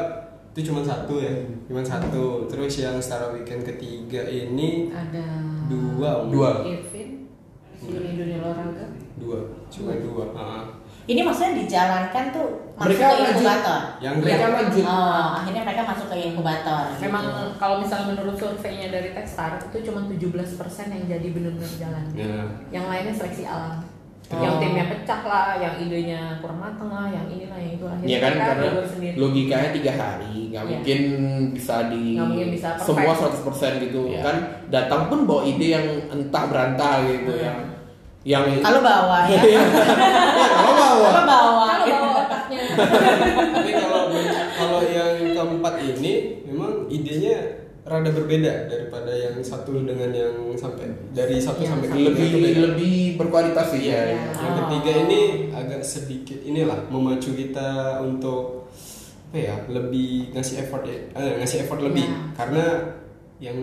Speaker 4: itu cuma satu ya, cuma satu. Terus yang Star Weekend ketiga ini
Speaker 3: Ada
Speaker 4: dua, Iya.
Speaker 2: Dua.
Speaker 3: Irvin si dunia olahraga.
Speaker 4: dua, cuma dua. Ah.
Speaker 1: ini maksudnya dijalankan tuh masuk
Speaker 2: Mereka
Speaker 1: ke
Speaker 2: lanjut.
Speaker 1: inkubator.
Speaker 4: Yang
Speaker 2: mereka
Speaker 4: kedua.
Speaker 2: lanjut
Speaker 1: Oh, akhirnya mereka masuk ke inkubator.
Speaker 3: Memang
Speaker 1: gitu.
Speaker 3: kalau misalnya menurut surveinya dari Techstar itu cuma 17% yang jadi benar-benar jalan.
Speaker 4: Nah,
Speaker 3: Yang lainnya seleksi alam.
Speaker 4: Oh.
Speaker 3: Yang timnya pecah lah, yang idenya kurang mateng lah, yang inilah yang itu akhirnya
Speaker 2: Iya kan
Speaker 3: mereka
Speaker 2: karena
Speaker 3: bubur sendiri.
Speaker 2: logikanya tiga hari nggak
Speaker 3: Iya.
Speaker 2: mungkin bisa di
Speaker 3: Nggak mungkin bisa perfect.
Speaker 2: semua 100% gitu
Speaker 4: Iya.
Speaker 2: kan datang pun bawa ide yang entah berantah gitu yang yang
Speaker 1: Kalau
Speaker 2: <laughs>
Speaker 1: bawah ya.
Speaker 2: Iya. Iya, kalau bawa
Speaker 1: Kalau bawah.
Speaker 3: Kalau bawa
Speaker 4: <laughs>
Speaker 3: otaknya
Speaker 4: tapi kalau kalau yang keempat ini memang idenya rada berbeda daripada yang satu dengan yang sampai dari satu
Speaker 3: Yang
Speaker 4: sampai ke
Speaker 2: lebih
Speaker 4: tiga itu beda.
Speaker 2: lebih berkualitas sih ya.
Speaker 3: Iya.
Speaker 4: yang ketiga ini agak sedikit inilah memacu kita untuk apa ya lebih ngasih effort ya eh, ngasih effort lebih
Speaker 3: Iya.
Speaker 4: karena yang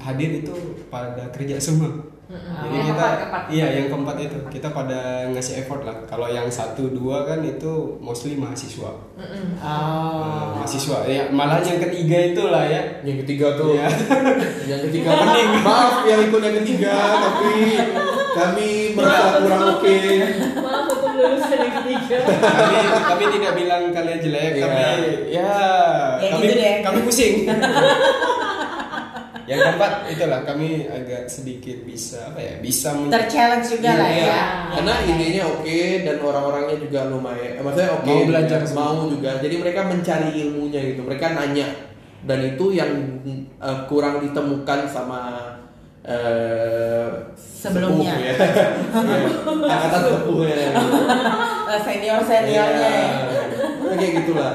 Speaker 4: hadir itu pada kerja semua Jadi
Speaker 3: Nah, Yang
Speaker 4: kita
Speaker 3: keempat, keempat.
Speaker 4: iya yang keempat itu kita pada ngasih effort lah. Kalau yang satu dua kan itu mostly mahasiswa.
Speaker 1: Oh.
Speaker 4: Nah, mahasiswa ya malah yang ketiga itulah ya
Speaker 2: Yang ketiga tuh.
Speaker 4: Iya.
Speaker 2: <laughs> Yang ketiga mending maaf yang ikut yang ketiga tapi kami merasa kurang oke.
Speaker 3: Maaf aku lulusan yang ketiga
Speaker 4: kami, kami tidak bilang kalian jelek
Speaker 2: Iya.
Speaker 4: kami ya,
Speaker 1: Ya,
Speaker 4: kami
Speaker 1: gitu deh.
Speaker 4: kami pusing yang keempat itulah kami agak sedikit bisa apa ya bisa men-
Speaker 1: Terchallenge juga
Speaker 2: Iya,
Speaker 1: lah ya.
Speaker 2: iya.
Speaker 1: Iya.
Speaker 2: Karena idenya oke dan orang-orangnya juga lumayan. eh, Maksudnya oke.
Speaker 4: Mau belajar
Speaker 2: juga,
Speaker 4: semua.
Speaker 2: mau juga. Jadi mereka mencari ilmunya gitu. Mereka nanya dan itu yang eh, kurang ditemukan sama eh,
Speaker 1: Sebelumnya.
Speaker 2: sepuh ya. <laughs> Iya, Angkatan sepuhnya. gitu.
Speaker 1: Senior seniornya.
Speaker 2: Iya. Kayak gitulah.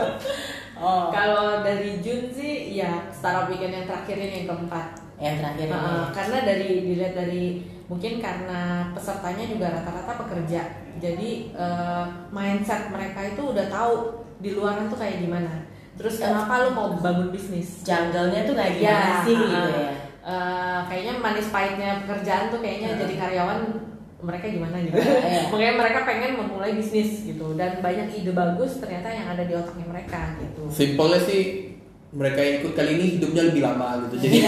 Speaker 1: Oh.
Speaker 3: Kalau dari Jun sih ya startup weekend yang terakhir ini yang keempat
Speaker 1: Yang Ya, terakhir ini.
Speaker 3: Uh, karena dari dilihat dari mungkin karena pesertanya juga rata-rata pekerja jadi uh, mindset mereka itu udah tahu di luaran tuh kayak gimana terus kenapa lu mau bangun bisnis
Speaker 1: jungle-nya tuh kayak
Speaker 3: Ya,
Speaker 1: gimana sih
Speaker 3: uh,
Speaker 1: gitu
Speaker 2: Ah,
Speaker 1: ya.
Speaker 3: uh, kayaknya manis pahitnya pekerjaan tuh kayaknya jadi karyawan mereka gimana gitu
Speaker 1: Iya.
Speaker 3: makanya mereka pengen memulai bisnis gitu dan banyak ide bagus ternyata yang ada di otaknya mereka gitu
Speaker 2: Simpelnya sih mereka yang ikut kali ini hidupnya lebih lama gitu jadi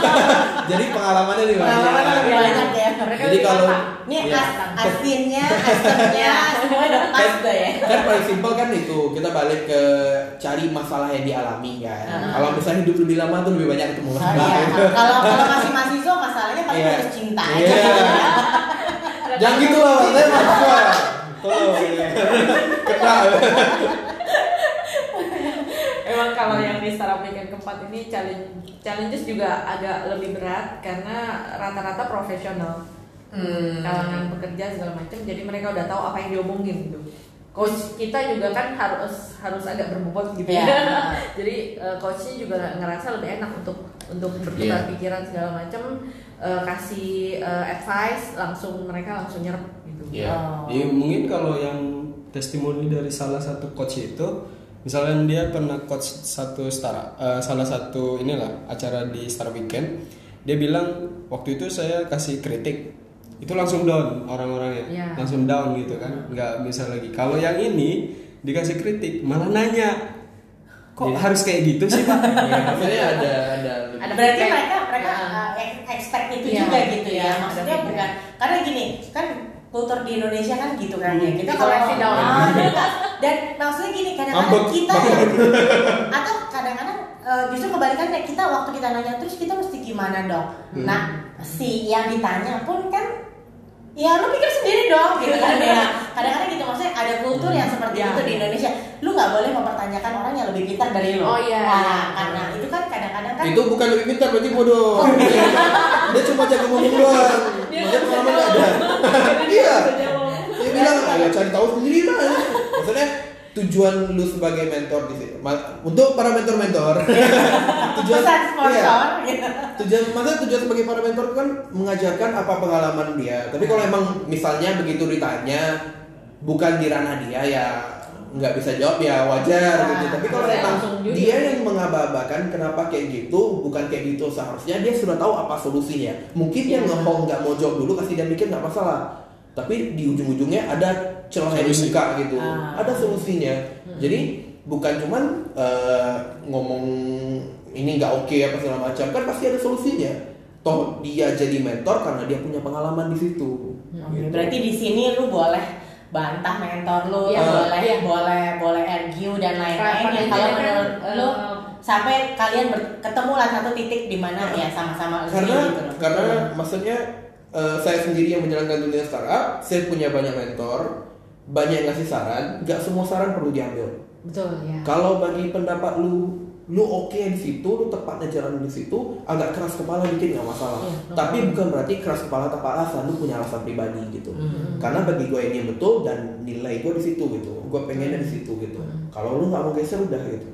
Speaker 2: <laughs> jadi pengalamannya lebih
Speaker 1: Iya.
Speaker 2: banyak Iya.
Speaker 1: Pengalamannya lebih banyak ya.
Speaker 3: Mereka
Speaker 2: jadi
Speaker 3: lebih
Speaker 2: kalau
Speaker 3: lama.
Speaker 1: Ini
Speaker 2: Iya.
Speaker 1: as asinnya, <laughs> asemnya, semua udah pas tuh ya.
Speaker 2: kan paling simpel kan itu kita balik ke cari masalah yang dialami kan
Speaker 1: Ah.
Speaker 2: kalau misalnya hidup lebih lama tuh lebih banyak ketemu
Speaker 1: Oh,
Speaker 2: masalah
Speaker 1: iya. Kalau kalau masih mahasiswa masalahnya paling
Speaker 2: Iya.
Speaker 1: harus cinta
Speaker 2: Iya.
Speaker 1: aja.
Speaker 2: jangan gitu lah saya mahasiswa
Speaker 1: <laughs>
Speaker 2: tolong iya. kena
Speaker 3: Emang kalau yang di startup weekend keempat ini challenge challenges juga agak lebih berat karena rata-rata profesional
Speaker 1: Hmm.
Speaker 3: kalangan pekerja segala macam jadi mereka udah tahu apa yang diomongin gitu coach kita juga kan harus harus agak berbobot gitu ya
Speaker 1: Iya.
Speaker 3: <laughs> jadi eh, coachnya juga ngerasa lebih enak untuk untuk bertukar
Speaker 2: Iya.
Speaker 3: pikiran segala macam eh, kasih eh, advice langsung mereka langsung nyerap gitu
Speaker 2: Iya.
Speaker 1: Oh.
Speaker 4: Ya, mungkin kalau yang testimoni dari salah satu coach itu, misalnya dia pernah coach satu star, eh, salah satu inilah acara di Star Weekend, dia bilang waktu itu saya kasih kritik, itu langsung down orang-orangnya,
Speaker 3: Iya.
Speaker 4: langsung down gitu kan, nggak bisa lagi. Kalau yang ini dikasih kritik malah nanya, kok harus kayak gitu sih pak?
Speaker 2: Iya, maksudnya ada ada lebih-
Speaker 3: Ada
Speaker 1: Berarti
Speaker 3: feedback.
Speaker 1: mereka mereka
Speaker 3: Nah.
Speaker 1: uh, ex- expect itu
Speaker 3: Iya.
Speaker 1: juga gitu ya.
Speaker 3: Iya,
Speaker 1: Maksudnya
Speaker 3: ada
Speaker 1: bukan karena gini, kan kultur di Indonesia kan gitu kan ya. Kita kalau
Speaker 3: Dikoreksi dong.
Speaker 1: Ah, enggak. dan maksudnya gini kadang-kadang
Speaker 4: Ngambek. <laughs>
Speaker 1: kita yang- atau kadang-kadang uh, justru kebalikannya kita waktu kita nanya terus kita mesti gimana dong.
Speaker 4: Hmm.
Speaker 1: Nah, si yang ditanya pun kan ya lu pikir sendiri dong gitu kan ya kadang-kadang gitu maksudnya ada kultur yang seperti
Speaker 3: Iya.
Speaker 1: itu di Indonesia lu nggak boleh mempertanyakan orang yang lebih pintar dari lu
Speaker 3: Oh, iya.
Speaker 1: Nah, karena itu kan kadang-kadang kan
Speaker 2: itu bukan lebih pintar berarti bodoh dia cuma jago ngomong doang makanya pengalaman nggak ada <laughs> iya dia bilang ayo cari tahu sendiri lah maksudnya tujuan lu sebagai mentor di sini ma- untuk para mentor-mentor <laughs> tujuan
Speaker 1: pesan
Speaker 2: iya.
Speaker 1: sponsor gitu.
Speaker 2: tujuan maksudnya tujuan sebagai para mentor kan mengajarkan apa pengalaman dia tapi kalau emang misalnya begitu ditanya bukan di ranah dia ya nggak bisa jawab ya wajar gitu tapi kalau
Speaker 3: saya
Speaker 2: emang
Speaker 3: langsung jujur.
Speaker 2: dia yang mengabaikan kenapa kayak gitu bukan kayak gitu seharusnya dia sudah tahu apa solusinya mungkin yang ngomong nggak mau jawab dulu kasih dia mikir nggak masalah tapi di ujung-ujungnya ada celah yang
Speaker 4: Solusi.
Speaker 2: dibuka gitu
Speaker 1: Ah.
Speaker 2: ada solusinya
Speaker 1: Hmm.
Speaker 2: jadi bukan cuman eh, ngomong ini nggak oke apa segala macam kan pasti ada solusinya toh dia jadi mentor karena dia punya pengalaman di situ Gitu.
Speaker 1: Oke, Hmm, berarti di sini lu boleh bantah mentor lu,
Speaker 3: Iya,
Speaker 1: boleh
Speaker 3: iya.
Speaker 1: boleh boleh argue dan lain-lain
Speaker 3: Rapat
Speaker 1: ya
Speaker 3: aja
Speaker 1: kalau
Speaker 3: kan,
Speaker 1: menurut
Speaker 3: eh,
Speaker 1: lu sampai kalian ber- ketemu lah satu titik di mana ya sama-sama lebih
Speaker 2: karena
Speaker 1: gitu loh.
Speaker 2: karena maksudnya eh, saya sendiri yang menjalankan dunia startup saya punya banyak mentor banyak yang ngasih saran nggak semua saran perlu diambil
Speaker 3: betul ya
Speaker 2: Kalau bagi pendapat lu, lu oke di situ, lu tepatnya jalan di situ, agak keras kepala dikit nggak masalah.
Speaker 3: Iya, no
Speaker 2: Tapi bukan berarti keras kepala tanpa alasan, lu punya alasan pribadi gitu.
Speaker 1: Hmm.
Speaker 2: Karena bagi gue ini yang betul dan nilai gue di situ gitu, gue pengennya di situ gitu. Kalau lu nggak mau geser udah gitu.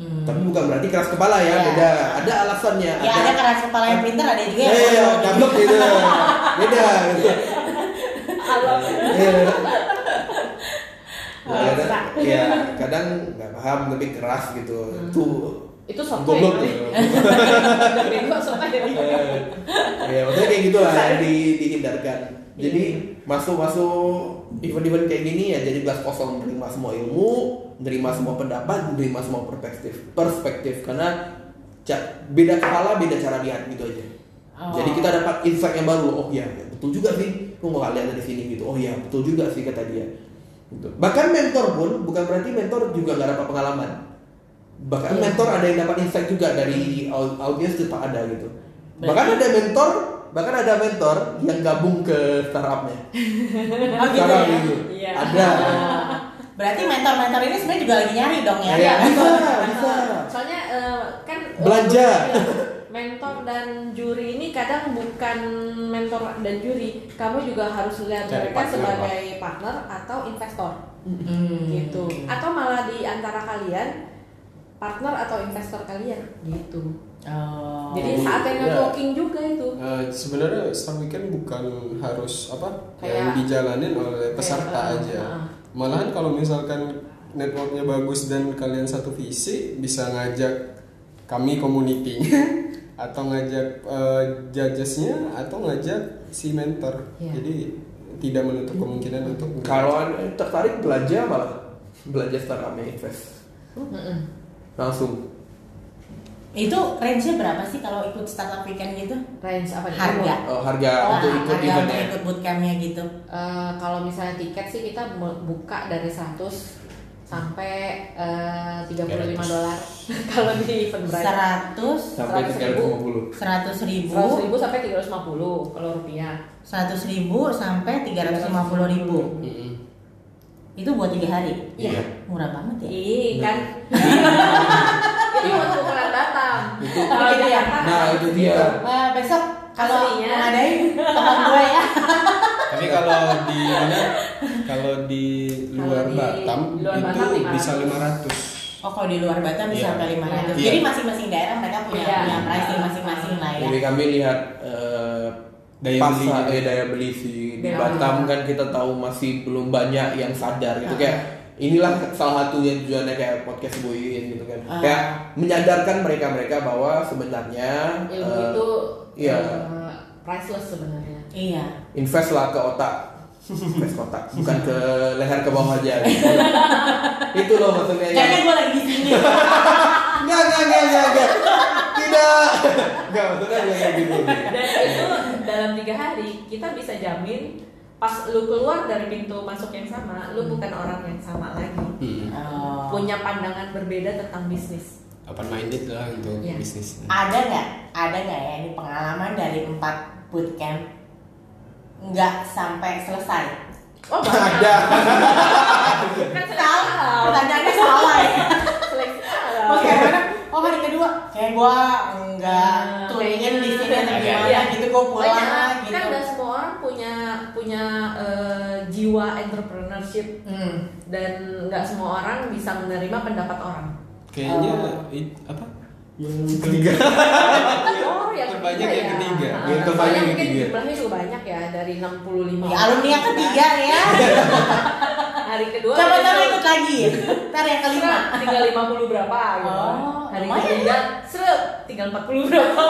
Speaker 1: Hmm.
Speaker 2: Tapi bukan berarti keras kepala ya,
Speaker 1: Iya.
Speaker 2: beda. Ada alasannya.
Speaker 1: ya ada keras kepala yang pintar ada juga yang
Speaker 2: Eh,
Speaker 1: bodoh.
Speaker 2: gablok gitu. Beda. Gitu.
Speaker 3: <laughs>
Speaker 2: Iya.
Speaker 3: Oh,
Speaker 2: Iya,
Speaker 3: bisa.
Speaker 2: kadang- Iya, kadang nggak paham tapi keras gitu. Tuh
Speaker 3: Hmm. itu soto
Speaker 2: goblok
Speaker 3: ya
Speaker 2: gitu.
Speaker 3: Udah bego soto
Speaker 4: Iya,
Speaker 3: ya
Speaker 2: Eh, ya maksudnya kayak gitulah yang di, dihindarkan jadi
Speaker 3: Iya.
Speaker 2: masuk masuk event-event kayak gini ya jadi gelas kosong menerima semua ilmu menerima semua pendapat menerima semua perspektif perspektif karena ca- beda kepala beda cara lihat gitu aja
Speaker 1: Oh.
Speaker 2: jadi kita dapat insight yang baru oh iya betul juga sih lu nggak lihat dari sini gitu oh iya betul juga sih kata dia Gitu. bahkan mentor pun bukan berarti mentor juga nggak dapat pengalaman
Speaker 1: Iya.
Speaker 2: bahkan mentor ada yang dapat insight juga dari au- audiens tetap ada gitu bahkan ada mentor bahkan ada mentor yang gabung ke startupnya
Speaker 1: Oh, gitu
Speaker 2: Sekarang
Speaker 1: ya.
Speaker 2: gitu.
Speaker 3: Iya.
Speaker 2: ada
Speaker 1: Ah, <laughs> berarti mentor-mentor ini sebenarnya juga lagi nyari dong ya
Speaker 2: Iya, bisa bisa
Speaker 3: Nah, soalnya eh, kan
Speaker 2: Belanja.
Speaker 3: mentor dan juri ini kadang bukan mentor dan juri kamu juga harus lihat
Speaker 4: Cari
Speaker 3: mereka
Speaker 4: partner,
Speaker 3: sebagai partner atau investor
Speaker 1: Hmm.
Speaker 3: gitu atau malah di antara kalian partner atau investor kalian gitu
Speaker 1: <laughs> Oh.
Speaker 3: jadi
Speaker 4: Oh,
Speaker 3: saatnya
Speaker 4: iya.
Speaker 3: networking juga itu
Speaker 4: Eh, sebenarnya Star Weekend bukan harus apa yang
Speaker 3: Kayak-
Speaker 4: dijalanin oleh peserta
Speaker 3: kayak,
Speaker 4: aja.
Speaker 3: ah.
Speaker 4: Malahan kalau misalkan networknya bagus dan kalian satu visi bisa ngajak kami community <laughs> atau ngajak eh, judgesnya atau ngajak si mentor.
Speaker 3: Iya.
Speaker 4: Jadi tidak menutup kemungkinan untuk
Speaker 2: kalau ada- tertarik belanja malah belanja startupnya invest langsung
Speaker 1: Itu range-nya berapa sih kalau ikut startup weekend gitu?
Speaker 6: range apa nih?
Speaker 1: Harga.
Speaker 2: Eh, harga
Speaker 1: Oh,
Speaker 2: untuk ikut ya?
Speaker 1: harga untuk
Speaker 2: eventnya
Speaker 1: ikut bootcampnya gitu.
Speaker 6: Eh, kalau misalnya tiket sih kita mu- buka dari 100 sampai eh, 35 dolar <laughs> kalau di event Bright.
Speaker 1: 100
Speaker 2: sampai 350
Speaker 1: 100 ribu
Speaker 6: 100 ribu sampai 350 kalau rupiah.
Speaker 1: 100 ribu sampai 350 ribu
Speaker 2: Mm-mm.
Speaker 1: itu buat tiga hari
Speaker 2: Iya.
Speaker 1: murah banget ya
Speaker 2: Nah.
Speaker 3: Ih,
Speaker 2: <laughs>
Speaker 3: kan. itu untuk ukuran Batam.
Speaker 2: Itu.
Speaker 3: Kalau di Jakarta
Speaker 2: nah
Speaker 6: kan,
Speaker 2: itu dia
Speaker 1: Wah, besok kalau
Speaker 3: Aslinya.
Speaker 1: <laughs> mengadain teman gue ya
Speaker 4: Tapi kalau di mana? Kalau di luar
Speaker 6: di
Speaker 4: Batam
Speaker 6: luar
Speaker 4: itu
Speaker 6: Batam
Speaker 4: bisa 500.
Speaker 1: oh kalau di luar Batam
Speaker 4: Iya.
Speaker 1: bisa sampai 500
Speaker 4: Iya.
Speaker 1: jadi masing-masing daerah mereka punya
Speaker 6: Iya.
Speaker 1: punya pricing masing-masing lah ya
Speaker 2: Jadi kami lihat eh,
Speaker 4: Daya
Speaker 2: pasar,
Speaker 4: beli gitu.
Speaker 2: eh, daya beli sih di
Speaker 6: Daya
Speaker 2: Batam kan kita tahu masih belum banyak yang sadar gitu
Speaker 1: Ah.
Speaker 2: kayak inilah salah satu yang tujuannya kayak podcast boyin gitu kan
Speaker 1: Ah.
Speaker 2: kayak menyadarkan mereka mereka bahwa sebenarnya
Speaker 6: Ilmu
Speaker 2: eh,
Speaker 6: itu
Speaker 2: iya.
Speaker 6: eh, priceless sebenarnya.
Speaker 1: iya
Speaker 2: invest lah ke otak invest ke otak bukan ke leher ke bawah aja
Speaker 6: <laughs>
Speaker 2: gitu. itu loh maksudnya yang-
Speaker 1: kayaknya gue lagi di sini
Speaker 2: Enggak, enggak, enggak, enggak, enggak. Tidak. <laughs> Enggak, maksudnya bukan kayak gitu.
Speaker 3: dan itu dalam tiga hari kita bisa jamin pas lu keluar dari pintu masuk yang
Speaker 2: Hmm.
Speaker 3: sama, lu bukan orang yang sama lagi.
Speaker 4: Hmm.
Speaker 1: <laughs> Oh.
Speaker 3: Punya pandangan berbeda tentang bisnis.
Speaker 4: Open minded lah untuk
Speaker 6: Iya.
Speaker 4: bisnis.
Speaker 1: ada nggak ada nggak ya ini pengalaman dari empat bootcamp nggak sampai selesai
Speaker 3: Oh,
Speaker 2: Ada.
Speaker 3: Kan
Speaker 1: tahu
Speaker 3: salah. Kan
Speaker 1: pertanyaannya salah ya
Speaker 3: Seleksi alam.
Speaker 1: Oke, karena oh hari kedua kayak gua enggak
Speaker 6: Hmm,
Speaker 1: tuningin di sini atau
Speaker 4: Agak.
Speaker 1: gimana
Speaker 3: Iya.
Speaker 1: gitu gua pulang
Speaker 3: Ah. Banyak.
Speaker 1: lah
Speaker 3: Kan
Speaker 1: gitu.
Speaker 3: udah semua orang punya punya eh, jiwa entrepreneurship
Speaker 1: Hmm.
Speaker 3: dan nggak semua orang bisa menerima pendapat orang.
Speaker 4: Kayaknya it- apa? Yang ketiga.
Speaker 3: Oh,
Speaker 4: Terbanyak yang ketiga.
Speaker 3: Ah,
Speaker 2: Yang terbanyak
Speaker 6: Soalnya
Speaker 2: yang
Speaker 6: mungkin
Speaker 2: ketiga.
Speaker 6: jumlahnya juga banyak ya dari 65.
Speaker 1: Ya, alumni yang ketiga ya.
Speaker 3: Hari kedua
Speaker 1: Coba-coba ikut lagi. Ntar yang kelima.
Speaker 3: tinggal 50 berapa gitu.
Speaker 1: Oh,
Speaker 3: Hari
Speaker 1: lumayan
Speaker 3: ketiga seret tinggal
Speaker 1: <laughs>
Speaker 3: 40 berapa.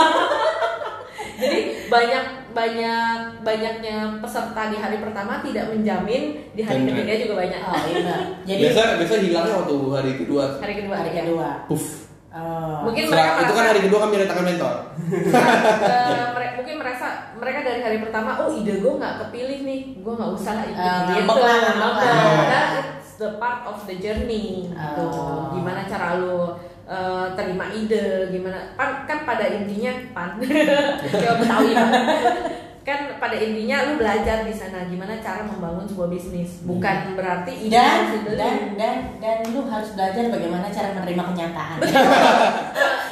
Speaker 3: Jadi banyak banyak banyaknya peserta di hari pertama tidak menjamin di hari
Speaker 4: Benar.
Speaker 3: ketiga juga banyak.
Speaker 1: Oh, iya. Jadi
Speaker 2: Biasa biasa hilangnya waktu hari kedua.
Speaker 3: Hari kedua
Speaker 1: hari
Speaker 3: ya.
Speaker 1: kedua.
Speaker 2: Puff.
Speaker 1: Oh.
Speaker 3: Mungkin mereka
Speaker 2: Setelah- itu kan
Speaker 3: merasa-
Speaker 2: hari kedua kami datangkan mentor.
Speaker 3: Eh, mere- mungkin merasa mereka dari hari pertama oh ide gue nggak kepilih nih gue nggak usah lah ikut
Speaker 1: Eh,
Speaker 3: gitu
Speaker 1: ngambek lah, ngambek
Speaker 3: Ngambek.
Speaker 4: lah.
Speaker 3: Padahal nah, it's the part of the journey gitu
Speaker 1: Oh.
Speaker 3: gimana cara lo eh, terima ide gimana pan, kan pada intinya pan <laughs> Kayak Betawi banget. kan pada intinya lu belajar di sana gimana cara membangun sebuah bisnis bukan berarti ide
Speaker 1: Dan,
Speaker 3: harus dibeli.
Speaker 1: dan dan dan lu harus belajar bagaimana cara menerima kenyataan.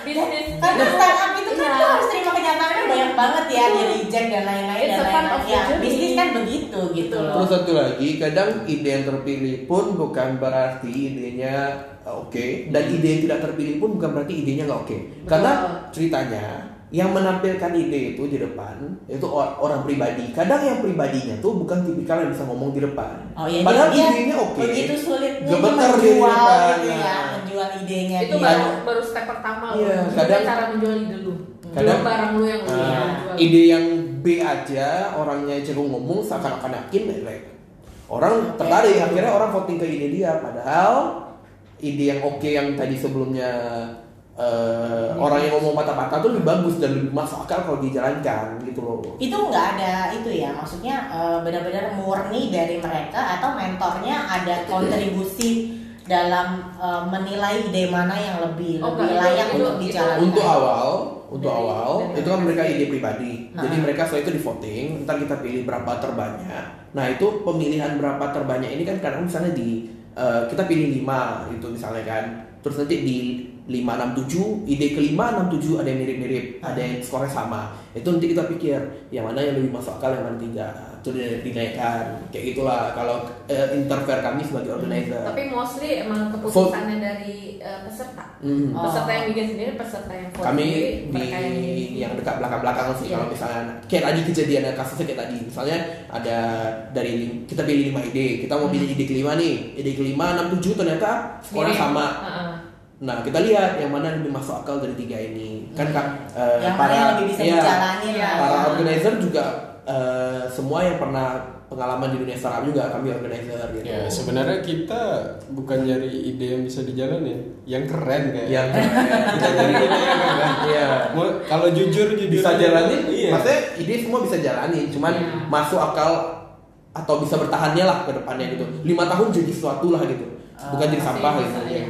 Speaker 3: bisnis
Speaker 1: Karena startup itu kan
Speaker 3: Iya.
Speaker 1: lu harus terima kenyataannya banyak banget ya,
Speaker 3: Betul.
Speaker 1: di reject dan lain-lain dan
Speaker 3: It's a part
Speaker 1: lain-lain.
Speaker 3: of the
Speaker 1: Ya,
Speaker 3: journey.
Speaker 1: bisnis kan begitu gitu
Speaker 3: Betul.
Speaker 1: loh.
Speaker 2: Terus satu lagi, kadang ide yang terpilih pun bukan berarti idenya eh, oke dan
Speaker 1: Hmm.
Speaker 2: ide yang tidak terpilih pun bukan berarti idenya nggak oke. Karena ceritanya yang menampilkan ide itu di depan itu or- orang pribadi. Kadang yang pribadinya tuh bukan tipikal yang bisa ngomong di depan.
Speaker 1: Oh iya,
Speaker 2: Padahal
Speaker 1: jadi dia
Speaker 2: idenya oke.
Speaker 1: Begitu sulitnya dia
Speaker 2: Gemeter kan. Nah.
Speaker 1: menjual
Speaker 2: dia
Speaker 1: gitu
Speaker 2: di depan.
Speaker 1: ya, menjual idenya
Speaker 3: itu
Speaker 1: dia.
Speaker 3: baru baru step pertama
Speaker 2: Iya,
Speaker 3: lo
Speaker 2: kadang-
Speaker 3: cara menjual ide lu
Speaker 2: Kadang-
Speaker 3: belum barang lu yang lu
Speaker 2: Ah,
Speaker 3: jual.
Speaker 2: ide yang B aja orangnya jago ngomong seakan-akan yakin like, orang tertarik akhirnya orang voting ke ide dia padahal ide yang oke yang tadi sebelumnya eh, orang yang ngomong patah-patah tuh lebih bagus dan lebih masuk akal kalau dijalankan gitu loh
Speaker 1: Itu nggak ada itu ya, maksudnya eh, benar-benar murni dari mereka atau mentornya ada kontribusi dalam eh, menilai ide mana yang lebih
Speaker 3: Oh,
Speaker 1: lebih
Speaker 3: nggak, itu-
Speaker 1: layak
Speaker 3: itu-
Speaker 1: untuk
Speaker 3: itu-
Speaker 1: dijalankan.
Speaker 2: untuk awal untuk
Speaker 3: Dari-
Speaker 2: awal
Speaker 3: dari
Speaker 2: itu kan
Speaker 3: mana
Speaker 2: mereka
Speaker 3: sih?
Speaker 2: ide pribadi
Speaker 1: Nah.
Speaker 2: jadi mereka setelah itu di voting ntar kita pilih berapa terbanyak nah itu pemilihan berapa terbanyak ini kan kadang misalnya di eh, kita pilih 5 itu misalnya kan terus nanti di 567 ide kelima 67 ada yang mirip-mirip ada yang skornya sama itu nanti kita pikir yang mana yang lebih masuk akal yang mana tidak itu di- dinaikkan kayak gitulah kalau eh, interfere kami sebagai organizer
Speaker 3: tapi mostly emang keputusannya dari eh, peserta
Speaker 2: Hmm.
Speaker 1: Oh.
Speaker 3: peserta yang bikin sendiri peserta yang vote
Speaker 2: kami
Speaker 3: sendiri,
Speaker 2: di
Speaker 3: mereka yang bikin.
Speaker 2: yang dekat belakang-belakang sih
Speaker 3: Iya.
Speaker 2: kalau misalnya kayak tadi kejadian kasusnya kayak tadi misalnya ada dari lim- kita pilih lima ide kita mau pilih ide kelima nih ide kelima enam tujuh ternyata skornya
Speaker 3: Mirip.
Speaker 2: sama
Speaker 3: ya? Heeh.
Speaker 2: nah kita lihat yang mana yang lebih masuk akal dari tiga ini kan Kak,
Speaker 1: Iya.
Speaker 2: eh,
Speaker 1: yang mana yang lebih bisa
Speaker 2: iya,
Speaker 1: dijalani
Speaker 3: Iya.
Speaker 1: lah.
Speaker 2: para organizer juga eh, semua yang pernah pengalaman di dunia startup juga kami organizer gitu.
Speaker 4: Ya sebenarnya kita bukan nyari ide yang bisa dijalanin, yang keren kayak.
Speaker 2: Yang <laughs>
Speaker 4: Kita nyari ide yang keren.
Speaker 2: Iya.
Speaker 4: Mau kalau jujur jujur
Speaker 2: bisa
Speaker 4: aja.
Speaker 2: jalanin
Speaker 4: Iya.
Speaker 2: maksudnya ide semua bisa jalanin cuman
Speaker 3: Iya.
Speaker 2: masuk akal atau bisa bertahannya lah ke depannya gitu lima tahun jadi sesuatu lah gitu bukan jadi
Speaker 3: Pasti
Speaker 2: sampah
Speaker 3: bisa,
Speaker 2: gitu
Speaker 3: iya.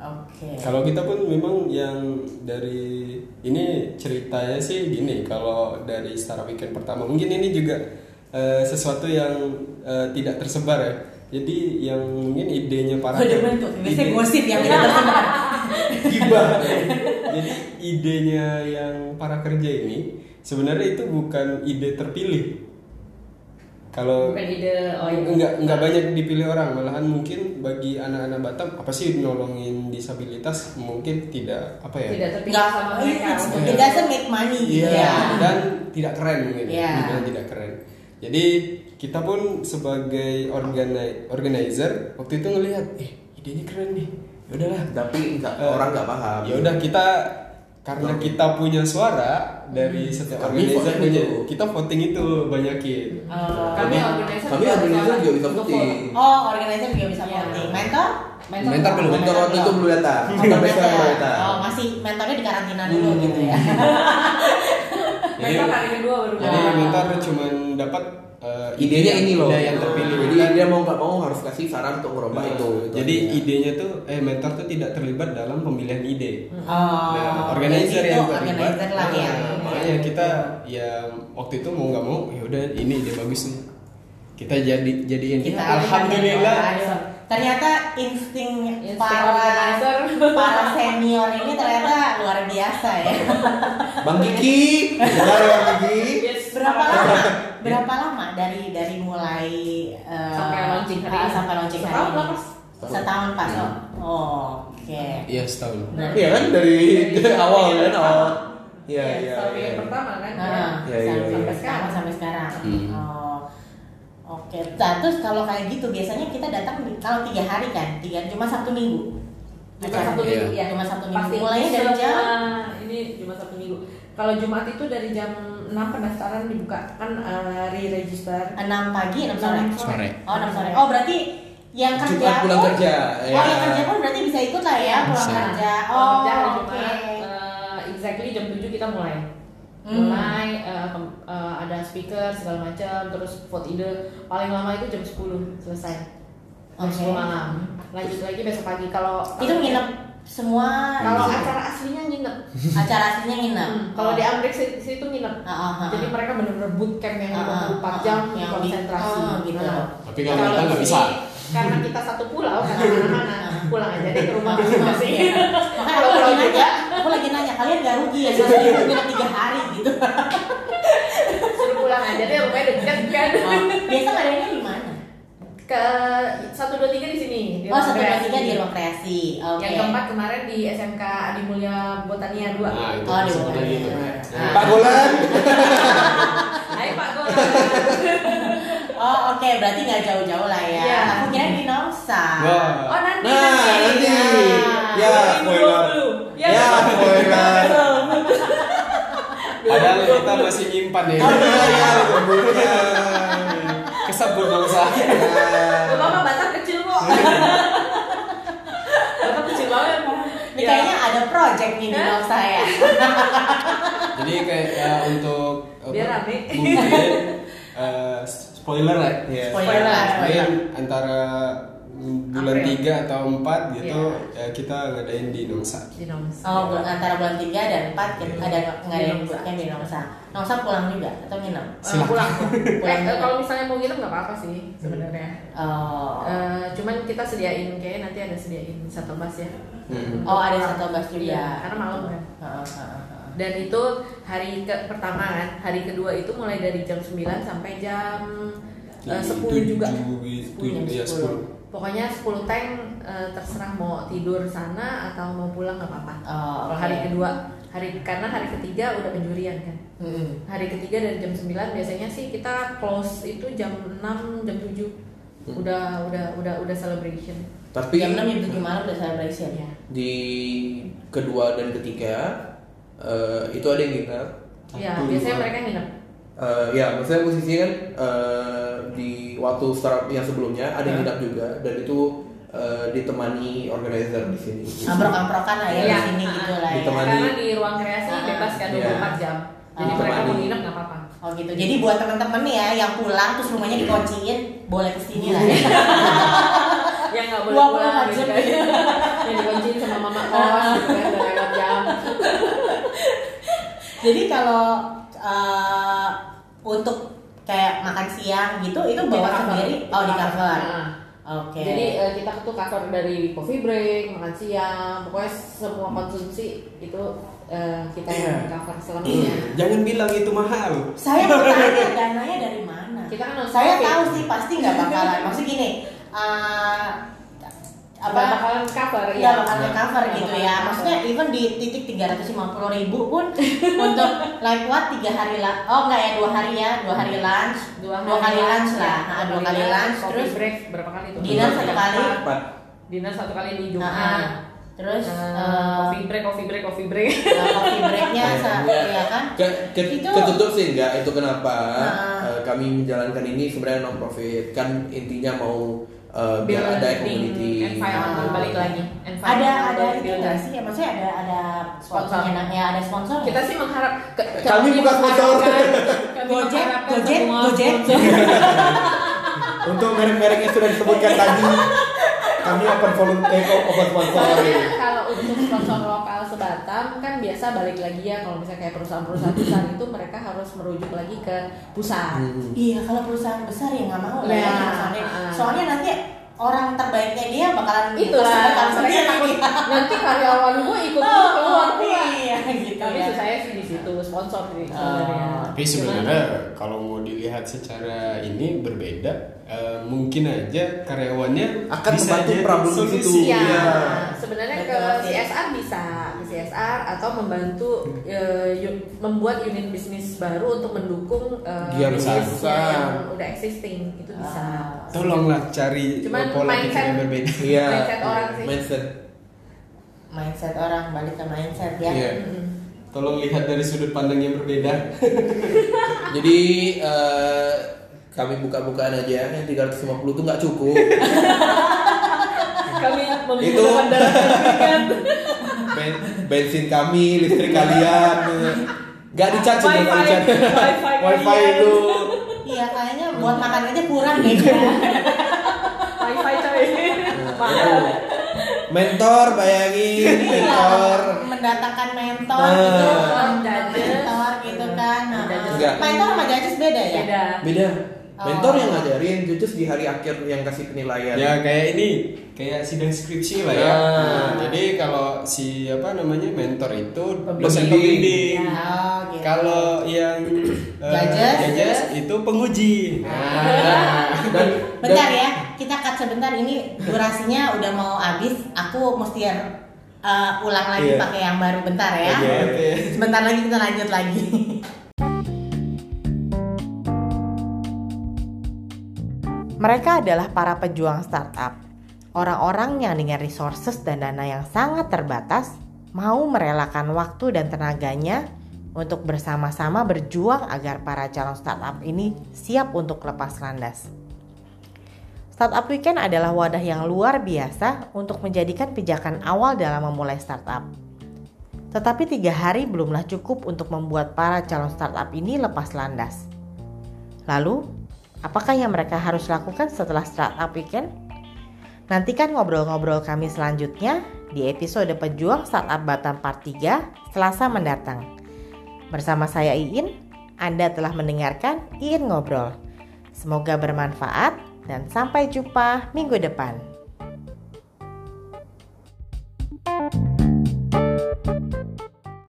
Speaker 1: Oke.
Speaker 4: Kalau kita pun memang yang dari ini ceritanya sih gini kalau dari Star Weekend pertama mungkin ini juga eh, sesuatu yang eh, tidak tersebar ya. Jadi yang mungkin idenya para
Speaker 1: Kode
Speaker 4: Iya.
Speaker 1: bentuk, biasanya gosip ya. yang kita tersebar.
Speaker 4: gibah. Jadi idenya yang para kerja ini sebenarnya itu bukan ide terpilih. Kalau
Speaker 3: bukan ide oh iya.
Speaker 4: nggak nggak banyak dipilih orang malahan mungkin bagi anak-anak Batam apa sih nolongin disabilitas mungkin tidak apa ya
Speaker 3: tidak terpikir
Speaker 1: Nggak
Speaker 3: sama mereka
Speaker 1: sama It doesn't make money
Speaker 4: Iya,
Speaker 1: gitu ya.
Speaker 4: dan tidak keren mungkin
Speaker 1: Iya.
Speaker 4: dibilang tidak keren jadi kita pun sebagai organi- organizer waktu itu ngelihat eh idenya keren nih ya udahlah
Speaker 2: tapi nggak
Speaker 4: Eh,
Speaker 2: orang nggak paham
Speaker 4: ya udah kita karena kita punya suara dari setiap
Speaker 2: Hmm. Kami
Speaker 4: organizer
Speaker 2: voting
Speaker 4: punya
Speaker 2: itu.
Speaker 4: kita voting itu banyakin
Speaker 1: Oh.
Speaker 3: kami
Speaker 2: Kami-
Speaker 3: organizer
Speaker 2: kami
Speaker 3: juga
Speaker 2: organizer
Speaker 3: bisa-
Speaker 2: juga bisa
Speaker 3: untuk
Speaker 2: voting.
Speaker 3: vote.
Speaker 1: Oh, organizer juga bisa
Speaker 3: Iya.
Speaker 1: voting. Mentor?
Speaker 3: mentor,
Speaker 4: Mentor belum.
Speaker 2: mentor waktu itu belum
Speaker 1: <laughs>
Speaker 2: datang
Speaker 1: Oh,
Speaker 2: sampai sekarang belum
Speaker 1: mentor.
Speaker 2: datang
Speaker 1: Oh, masih mentornya di karantina dulu
Speaker 4: Hmm.
Speaker 1: gitu ya.
Speaker 4: Jadi-
Speaker 7: Mereka kali kedua baru
Speaker 4: jadi
Speaker 7: datang.
Speaker 4: mentor cuman dapat eh,
Speaker 2: idenya ini loh
Speaker 4: ide yang terpilih
Speaker 2: jadi dia mau nggak mau harus kasih saran untuk ngerubah
Speaker 4: Nah,
Speaker 2: itu
Speaker 4: Oh.
Speaker 2: gitu. Iya.
Speaker 4: jadi idenya tuh eh mentor tuh tidak terlibat dalam pemilihan ide
Speaker 1: Oh,
Speaker 4: Nah, organizer
Speaker 1: jadi
Speaker 4: yang
Speaker 1: itu
Speaker 4: terlibat.
Speaker 1: organizer lah ya.
Speaker 4: Nah, makanya kita ya waktu itu mau nggak mau ya udah ini ide bagus nih. Kita jadi jadiin.
Speaker 1: Kita
Speaker 4: Alhamdulillah.
Speaker 1: organizer. Ternyata insting
Speaker 3: Insting
Speaker 1: para
Speaker 3: organizer. <laughs>
Speaker 1: para senior ini ternyata luar biasa ya.
Speaker 2: bang Kiki benar ya bang Kiki
Speaker 3: Yes.
Speaker 1: Berapa lama? Berapa lama dari dari mulai eh,
Speaker 3: Sampai launching hari
Speaker 1: ah,
Speaker 3: ini.
Speaker 1: sampai launching hari
Speaker 3: Setahun
Speaker 1: ini?
Speaker 3: lah, Mas. Iya.
Speaker 1: Setahun pas.
Speaker 4: Hmm.
Speaker 1: Oh, oke.
Speaker 4: Iya setahun.
Speaker 1: Nah,
Speaker 2: iya kan dari
Speaker 3: Dari
Speaker 2: awal
Speaker 3: awal.
Speaker 2: kan awal iya
Speaker 7: Iya,
Speaker 2: iya
Speaker 7: sampai
Speaker 2: iya.
Speaker 7: yang pertama kan.
Speaker 1: Nah,
Speaker 2: Iya, iya,
Speaker 1: sampai,
Speaker 2: iya.
Speaker 1: sekarang sampai sekarang.
Speaker 4: Hmm.
Speaker 1: Oh. Oke. Nah, terus kalau kayak gitu biasanya kita datang di- kalau tiga hari kan, tiga cuma satu minggu.
Speaker 3: Cuma satu
Speaker 4: Iya.
Speaker 3: minggu ya
Speaker 1: Cuma satu minggu.
Speaker 7: Pasti
Speaker 1: Mulainya dari
Speaker 7: semua-
Speaker 1: jam
Speaker 7: ini cuma satu minggu. Kalau Jumat itu dari jam 6 pendaftaran dibuka kan eh, re-register.
Speaker 1: 6 pagi, 6 sore.
Speaker 7: Enam
Speaker 4: Sore.
Speaker 1: Oh, 6
Speaker 3: Iya.
Speaker 1: sore. Oh, berarti yang kerja
Speaker 2: Jumat pulang
Speaker 1: pun-
Speaker 2: kerja
Speaker 1: Oh,
Speaker 2: ya.
Speaker 1: yang kerja pun berarti bisa ikut lah ya pulang
Speaker 4: Bisa.
Speaker 1: kerja.
Speaker 3: Iya, Pulang
Speaker 1: Oh,
Speaker 3: kerja hari
Speaker 1: oke.
Speaker 3: Jumat, eh, exactly jam 7 kita mulai
Speaker 1: Hmm.
Speaker 3: mulai eh, pem- eh, ada speaker segala macam terus vote ide paling lama itu jam 10 selesai jam
Speaker 1: Oke.
Speaker 3: 10 malam lanjut lagi besok pagi kalau
Speaker 1: Itu nginep semua
Speaker 3: kalau acara aslinya nginep
Speaker 1: acara aslinya nginep. Oh.
Speaker 3: Hmm, kalau di Amrik si- situ nginep
Speaker 1: Ah, ah, ah,
Speaker 3: jadi
Speaker 1: ah.
Speaker 3: mereka bener-bener bootcamp yang
Speaker 1: Ah, ah,
Speaker 3: 24
Speaker 1: ah,
Speaker 3: jam
Speaker 1: yang di-
Speaker 3: konsentrasi
Speaker 1: ah, gitu.
Speaker 3: Nah,
Speaker 4: Tapi kalau kita nggak
Speaker 3: di
Speaker 4: bisa.
Speaker 3: sini, karena kita satu pulau
Speaker 1: <laughs>
Speaker 3: karena mana-mana pulang aja deh ke rumah masing-masing
Speaker 1: Iya.
Speaker 3: Nah,
Speaker 1: Makanya
Speaker 3: Kalau
Speaker 1: aku lagi
Speaker 3: pulau
Speaker 1: nanya,
Speaker 3: juga
Speaker 1: aku lagi nanya kalian gak rugi ya soalnya itu nginep tiga hari gitu.
Speaker 3: suruh pulang aja deh rumahnya dekat kan
Speaker 1: Oh, biasa ngadainnya di mana?
Speaker 3: ke satu dua tiga di sini di
Speaker 1: Oh, satu
Speaker 3: Ruang
Speaker 1: dua
Speaker 3: Kreasi.
Speaker 1: tiga di ruang kreasi. Oke.
Speaker 7: Yang keempat kemarin di SMK Adi Mulia Botania 2.
Speaker 4: Nah, itu
Speaker 1: Oh, di
Speaker 4: disebut
Speaker 1: bawah.
Speaker 4: lagi.
Speaker 3: Nah,
Speaker 2: Pak Golan
Speaker 7: Hai Pak
Speaker 4: <laughs>
Speaker 7: Gol.
Speaker 1: Oh, oke, berarti nggak jauh-jauh lah ya.
Speaker 7: Iya.
Speaker 1: Aku kira di Nausa.
Speaker 4: Wah.
Speaker 7: Oh, nanti
Speaker 2: Nah,
Speaker 7: nanti.
Speaker 2: nanti.
Speaker 1: Ya,
Speaker 2: Ya, spoiler.
Speaker 7: 2020.
Speaker 1: Iya,
Speaker 7: Ya,
Speaker 2: Ya, spoiler.
Speaker 4: Padahal kita masih nyimpan ya.
Speaker 2: Oh, iya, iya, kebunnya.
Speaker 4: Kesabur bangsa.
Speaker 7: Bapak mah Batak kecil kok.
Speaker 4: Iya,
Speaker 7: Batak kecil banget. Ya.
Speaker 1: Ini kayaknya ada project nih di
Speaker 7: Hah?
Speaker 1: Nausa ya.
Speaker 4: Jadi kayak ya, untuk apa,
Speaker 7: Biar rame.
Speaker 4: mungkin eh, spoiler lah. ya.
Speaker 1: Spoiler lah, spoiler.
Speaker 4: Mungkin antara bulan
Speaker 7: April.
Speaker 4: 3 atau 4 gitu ya, kita ngadain di Nongsa.
Speaker 7: Eh,
Speaker 3: di Noms.
Speaker 1: Oh, bulan antara bulan 3 dan 4 kan ada ngadain
Speaker 3: Di Nausa.
Speaker 1: bootcamp di Nausa. Nausa pulang juga atau nginep?
Speaker 4: Silakan.
Speaker 3: pulang
Speaker 1: Pulang.
Speaker 3: Eh, kalau misalnya mau nginep nggak apa-apa
Speaker 4: Hmm.
Speaker 3: sih sebenarnya
Speaker 1: Oh.
Speaker 3: Eh, cuman kita sediain kayaknya nanti ada sediain satu bus ya
Speaker 4: Hmm.
Speaker 1: Oh, ada satu bus juga.
Speaker 3: Iya, karena malam kan
Speaker 1: Heeh, heeh, heeh.
Speaker 3: dan itu hari ke pertama kan hari kedua itu mulai dari jam 9 sampai jam eh, 10 juga
Speaker 4: Tujuh, tujuh,
Speaker 3: Jam
Speaker 4: ya, 10.
Speaker 3: pokoknya 10 tank eh, terserah mau tidur sana atau mau pulang nggak apa-apa
Speaker 1: Oh,
Speaker 3: kalau
Speaker 1: oke.
Speaker 3: hari kedua hari karena hari ketiga udah penjurian kan
Speaker 1: Mm-mm.
Speaker 3: hari ketiga dari jam 9 biasanya sih kita close itu jam 6 jam 7
Speaker 1: Hmm.
Speaker 3: udah udah udah udah celebration
Speaker 2: Tapi
Speaker 1: Jam 6 jam 7 malam udah celebration ya.
Speaker 2: di kedua dan ketiga eh, itu ada yang nginep.
Speaker 3: ya
Speaker 4: Satu,
Speaker 3: Iya, biasanya
Speaker 1: Iya,
Speaker 4: dua.
Speaker 3: mereka nginep
Speaker 2: eh, ya maksudnya musisi kan eh, di waktu startup yang sebelumnya ada
Speaker 1: Iya.
Speaker 2: yang nginap juga dan itu eh, ditemani organizer di sini.
Speaker 1: amprok-amprokan lah ya
Speaker 8: Iya.
Speaker 1: di sini gitu lah ya.
Speaker 2: Ditemani.
Speaker 8: Karena di ruang kreasi
Speaker 1: Ah,
Speaker 8: bebas kan
Speaker 2: iya.
Speaker 8: 24 jam. Jadi mereka
Speaker 1: Ah.
Speaker 8: mau
Speaker 2: Ditemani.
Speaker 8: nginep nggak
Speaker 1: <laughs>
Speaker 8: apa-apa.
Speaker 1: Oh gitu. Jadi buat teman-teman nih ya yang pulang terus rumahnya dikunciin boleh kesini lah ya.
Speaker 3: Ya,
Speaker 8: Yang nggak boleh
Speaker 1: 24
Speaker 8: pulang gitu
Speaker 1: jam. Ah.
Speaker 8: kan.
Speaker 3: <laughs> yang dikunciin sama mama kos gitu kan udah lewat jam
Speaker 1: Jadi kalau eh, untuk kayak makan siang gitu itu bawa
Speaker 3: Di cover.
Speaker 1: sendiri oh di cover.
Speaker 3: Nah,
Speaker 1: Oke.
Speaker 3: Jadi eh, kita tuh cover dari coffee break, makan siang, pokoknya semua konsumsi itu eh, kita
Speaker 2: Iya.
Speaker 3: yang cover selamanya.
Speaker 4: Jangan bilang itu mahal.
Speaker 1: saya mau
Speaker 3: <laughs>
Speaker 1: tanya dananya dari mana?
Speaker 3: Kita kan harus
Speaker 1: Saya
Speaker 3: shopping.
Speaker 1: tahu sih pasti
Speaker 3: <laughs>
Speaker 1: nggak bakalan. Maksud gini, eh,
Speaker 3: Apa
Speaker 1: apa
Speaker 3: bakalan cover ya?
Speaker 1: Iya bakal cover
Speaker 3: Nggak
Speaker 1: gitu
Speaker 3: bakal
Speaker 1: ya
Speaker 3: cover.
Speaker 1: Maksudnya even di titik 350 ribu pun <laughs> Untuk like what 3 hari lah Oh enggak ya 2 hari ya 2 hari lunch dua kali lunch lah
Speaker 3: ya.
Speaker 1: Nah, 2 kali lunch
Speaker 3: coffee
Speaker 1: Terus
Speaker 3: break berapa kali tuh?
Speaker 1: Dinner satu kali.
Speaker 2: Iya, Empat.
Speaker 3: Dinner satu kali di Jumat.
Speaker 1: Nah, Terus
Speaker 3: Eh,
Speaker 1: eh,
Speaker 3: coffee break, coffee break, coffee break.
Speaker 1: <laughs> eh, coffee breaknya
Speaker 2: Iya.
Speaker 1: satu ya kan
Speaker 2: Ke, ke,
Speaker 1: Itu-
Speaker 2: ketutup sih enggak itu kenapa
Speaker 1: Nah.
Speaker 2: eh, kami menjalankan ini sebenarnya non profit kan intinya mau eh, biar ada community
Speaker 8: environment
Speaker 1: Ah.
Speaker 8: balik lagi. Environment
Speaker 1: ada ada
Speaker 8: building.
Speaker 1: itu nggak sih ya maksudnya ada ada sponsornya nah, ya ada sponsor
Speaker 8: Kita sih mengharap ke-
Speaker 2: Kami bukan sponsor.
Speaker 8: mengharapkan- kami
Speaker 1: Gojek
Speaker 8: mengharapkan
Speaker 1: Gojek
Speaker 8: semua
Speaker 1: Gojek
Speaker 2: untuk merek-merek yang sudah disebutkan tadi kami open volunteer eh, open sponsor
Speaker 3: Soalnya Iya, kalau untuk sponsor lokal sebatam kan biasa balik lagi ya kalau misalnya kayak perusahaan-perusahaan besar itu mereka harus merujuk lagi ke pusat.
Speaker 2: Hmm.
Speaker 1: iya kalau perusahaan besar ya nggak mau lah ya
Speaker 3: Ya,
Speaker 1: perusahaannya.
Speaker 3: ah.
Speaker 1: soalnya nanti orang terbaiknya dia bakalan
Speaker 3: Itulah
Speaker 1: kesempatan
Speaker 3: mereka takut nanti karyawan gue ikut
Speaker 1: Oh,
Speaker 3: lu keluar pula.
Speaker 1: iya gitu
Speaker 3: Tapi
Speaker 1: ya.
Speaker 3: saya sih di situ sponsor sih
Speaker 2: Ah,
Speaker 1: Oh.
Speaker 3: sebenarnya.
Speaker 4: Tapi sebenarnya kalau mau dilihat secara ini berbeda, eh, mungkin aja karyawannya
Speaker 2: Akan
Speaker 4: bisa
Speaker 2: membantu
Speaker 4: jadi
Speaker 2: problem di
Speaker 4: solusi.
Speaker 2: situ.
Speaker 3: Iya,
Speaker 2: Iya.
Speaker 3: sebenarnya ke
Speaker 1: Betul sih.
Speaker 3: CSR bisa, ke CSR atau membantu eh, yu- membuat unit bisnis baru untuk mendukung eh,
Speaker 2: Giat
Speaker 3: bisnisnya
Speaker 2: besar.
Speaker 3: yang udah existing itu bisa.
Speaker 1: Ah.
Speaker 4: Tolonglah cari
Speaker 3: Cuman
Speaker 4: pola pikir
Speaker 3: mindset-
Speaker 4: yang berbeda. <laughs>
Speaker 2: iya
Speaker 3: Mindset orang sih.
Speaker 2: mindset
Speaker 1: mindset orang balik ke mindset ya
Speaker 2: iya
Speaker 4: Tolong lihat dari sudut pandang yang berbeda.
Speaker 2: jadi eh, kami buka-bukaan aja yang 350 itu nggak cukup
Speaker 3: Kami
Speaker 2: Itu-
Speaker 3: membutuhkan darah daging.
Speaker 4: Ben-
Speaker 2: bensin kami listrik kalian nggak dicaci nggak
Speaker 3: Wifi,
Speaker 2: dicaci
Speaker 3: wifi
Speaker 2: wifi
Speaker 3: kalian.
Speaker 2: itu
Speaker 1: iya kayaknya buat makan aja kurang deh ya.
Speaker 3: <laughs> Wifi coy.
Speaker 2: Nah, itu. mentor bayangin
Speaker 3: Iya.
Speaker 2: mentor
Speaker 1: mendatangkan mentor
Speaker 2: Nah.
Speaker 1: gitu
Speaker 3: Judges.
Speaker 1: mentor gitu kan nah,
Speaker 3: Judges.
Speaker 2: Enggak.
Speaker 1: mentor sama judges beda ya
Speaker 3: Beda.
Speaker 2: beda
Speaker 1: Oh.
Speaker 2: mentor yang ngajarin jujur di hari akhir yang kasih penilaian
Speaker 4: ya kayak ini kayak sidang skripsi lah
Speaker 2: Ah.
Speaker 4: ya. Nah, jadi kalau si apa namanya mentor itu
Speaker 2: Pembimbing.
Speaker 4: dosen pembimbing.
Speaker 1: oh, gitu.
Speaker 4: Kalau yang eh,
Speaker 1: Judges.
Speaker 4: judges itu penguji. Nah,
Speaker 2: dan
Speaker 1: bentar ya kita cut sebentar ini durasinya udah mau habis aku mesti eh, ulang lagi
Speaker 2: Iya.
Speaker 1: pakai yang baru bentar ya
Speaker 2: Oke.
Speaker 4: oke.
Speaker 1: sebentar lagi kita lanjut lagi
Speaker 9: Mereka adalah para pejuang startup, orang-orang yang dengan resources dan dana yang sangat terbatas mau merelakan waktu dan tenaganya untuk bersama-sama berjuang agar para calon startup ini siap untuk lepas landas. Startup Weekend adalah wadah yang luar biasa untuk menjadikan pijakan awal dalam memulai startup. Tetapi tiga hari belumlah cukup untuk membuat para calon startup ini lepas landas. Lalu, apakah yang mereka harus lakukan setelah startup weekend? Nantikan ngobrol-ngobrol kami selanjutnya di episode Pejuang Startup Batam Part 3 Selasa mendatang. Bersama saya Iin, Anda telah mendengarkan Iin Ngobrol. Semoga bermanfaat dan sampai jumpa minggu depan.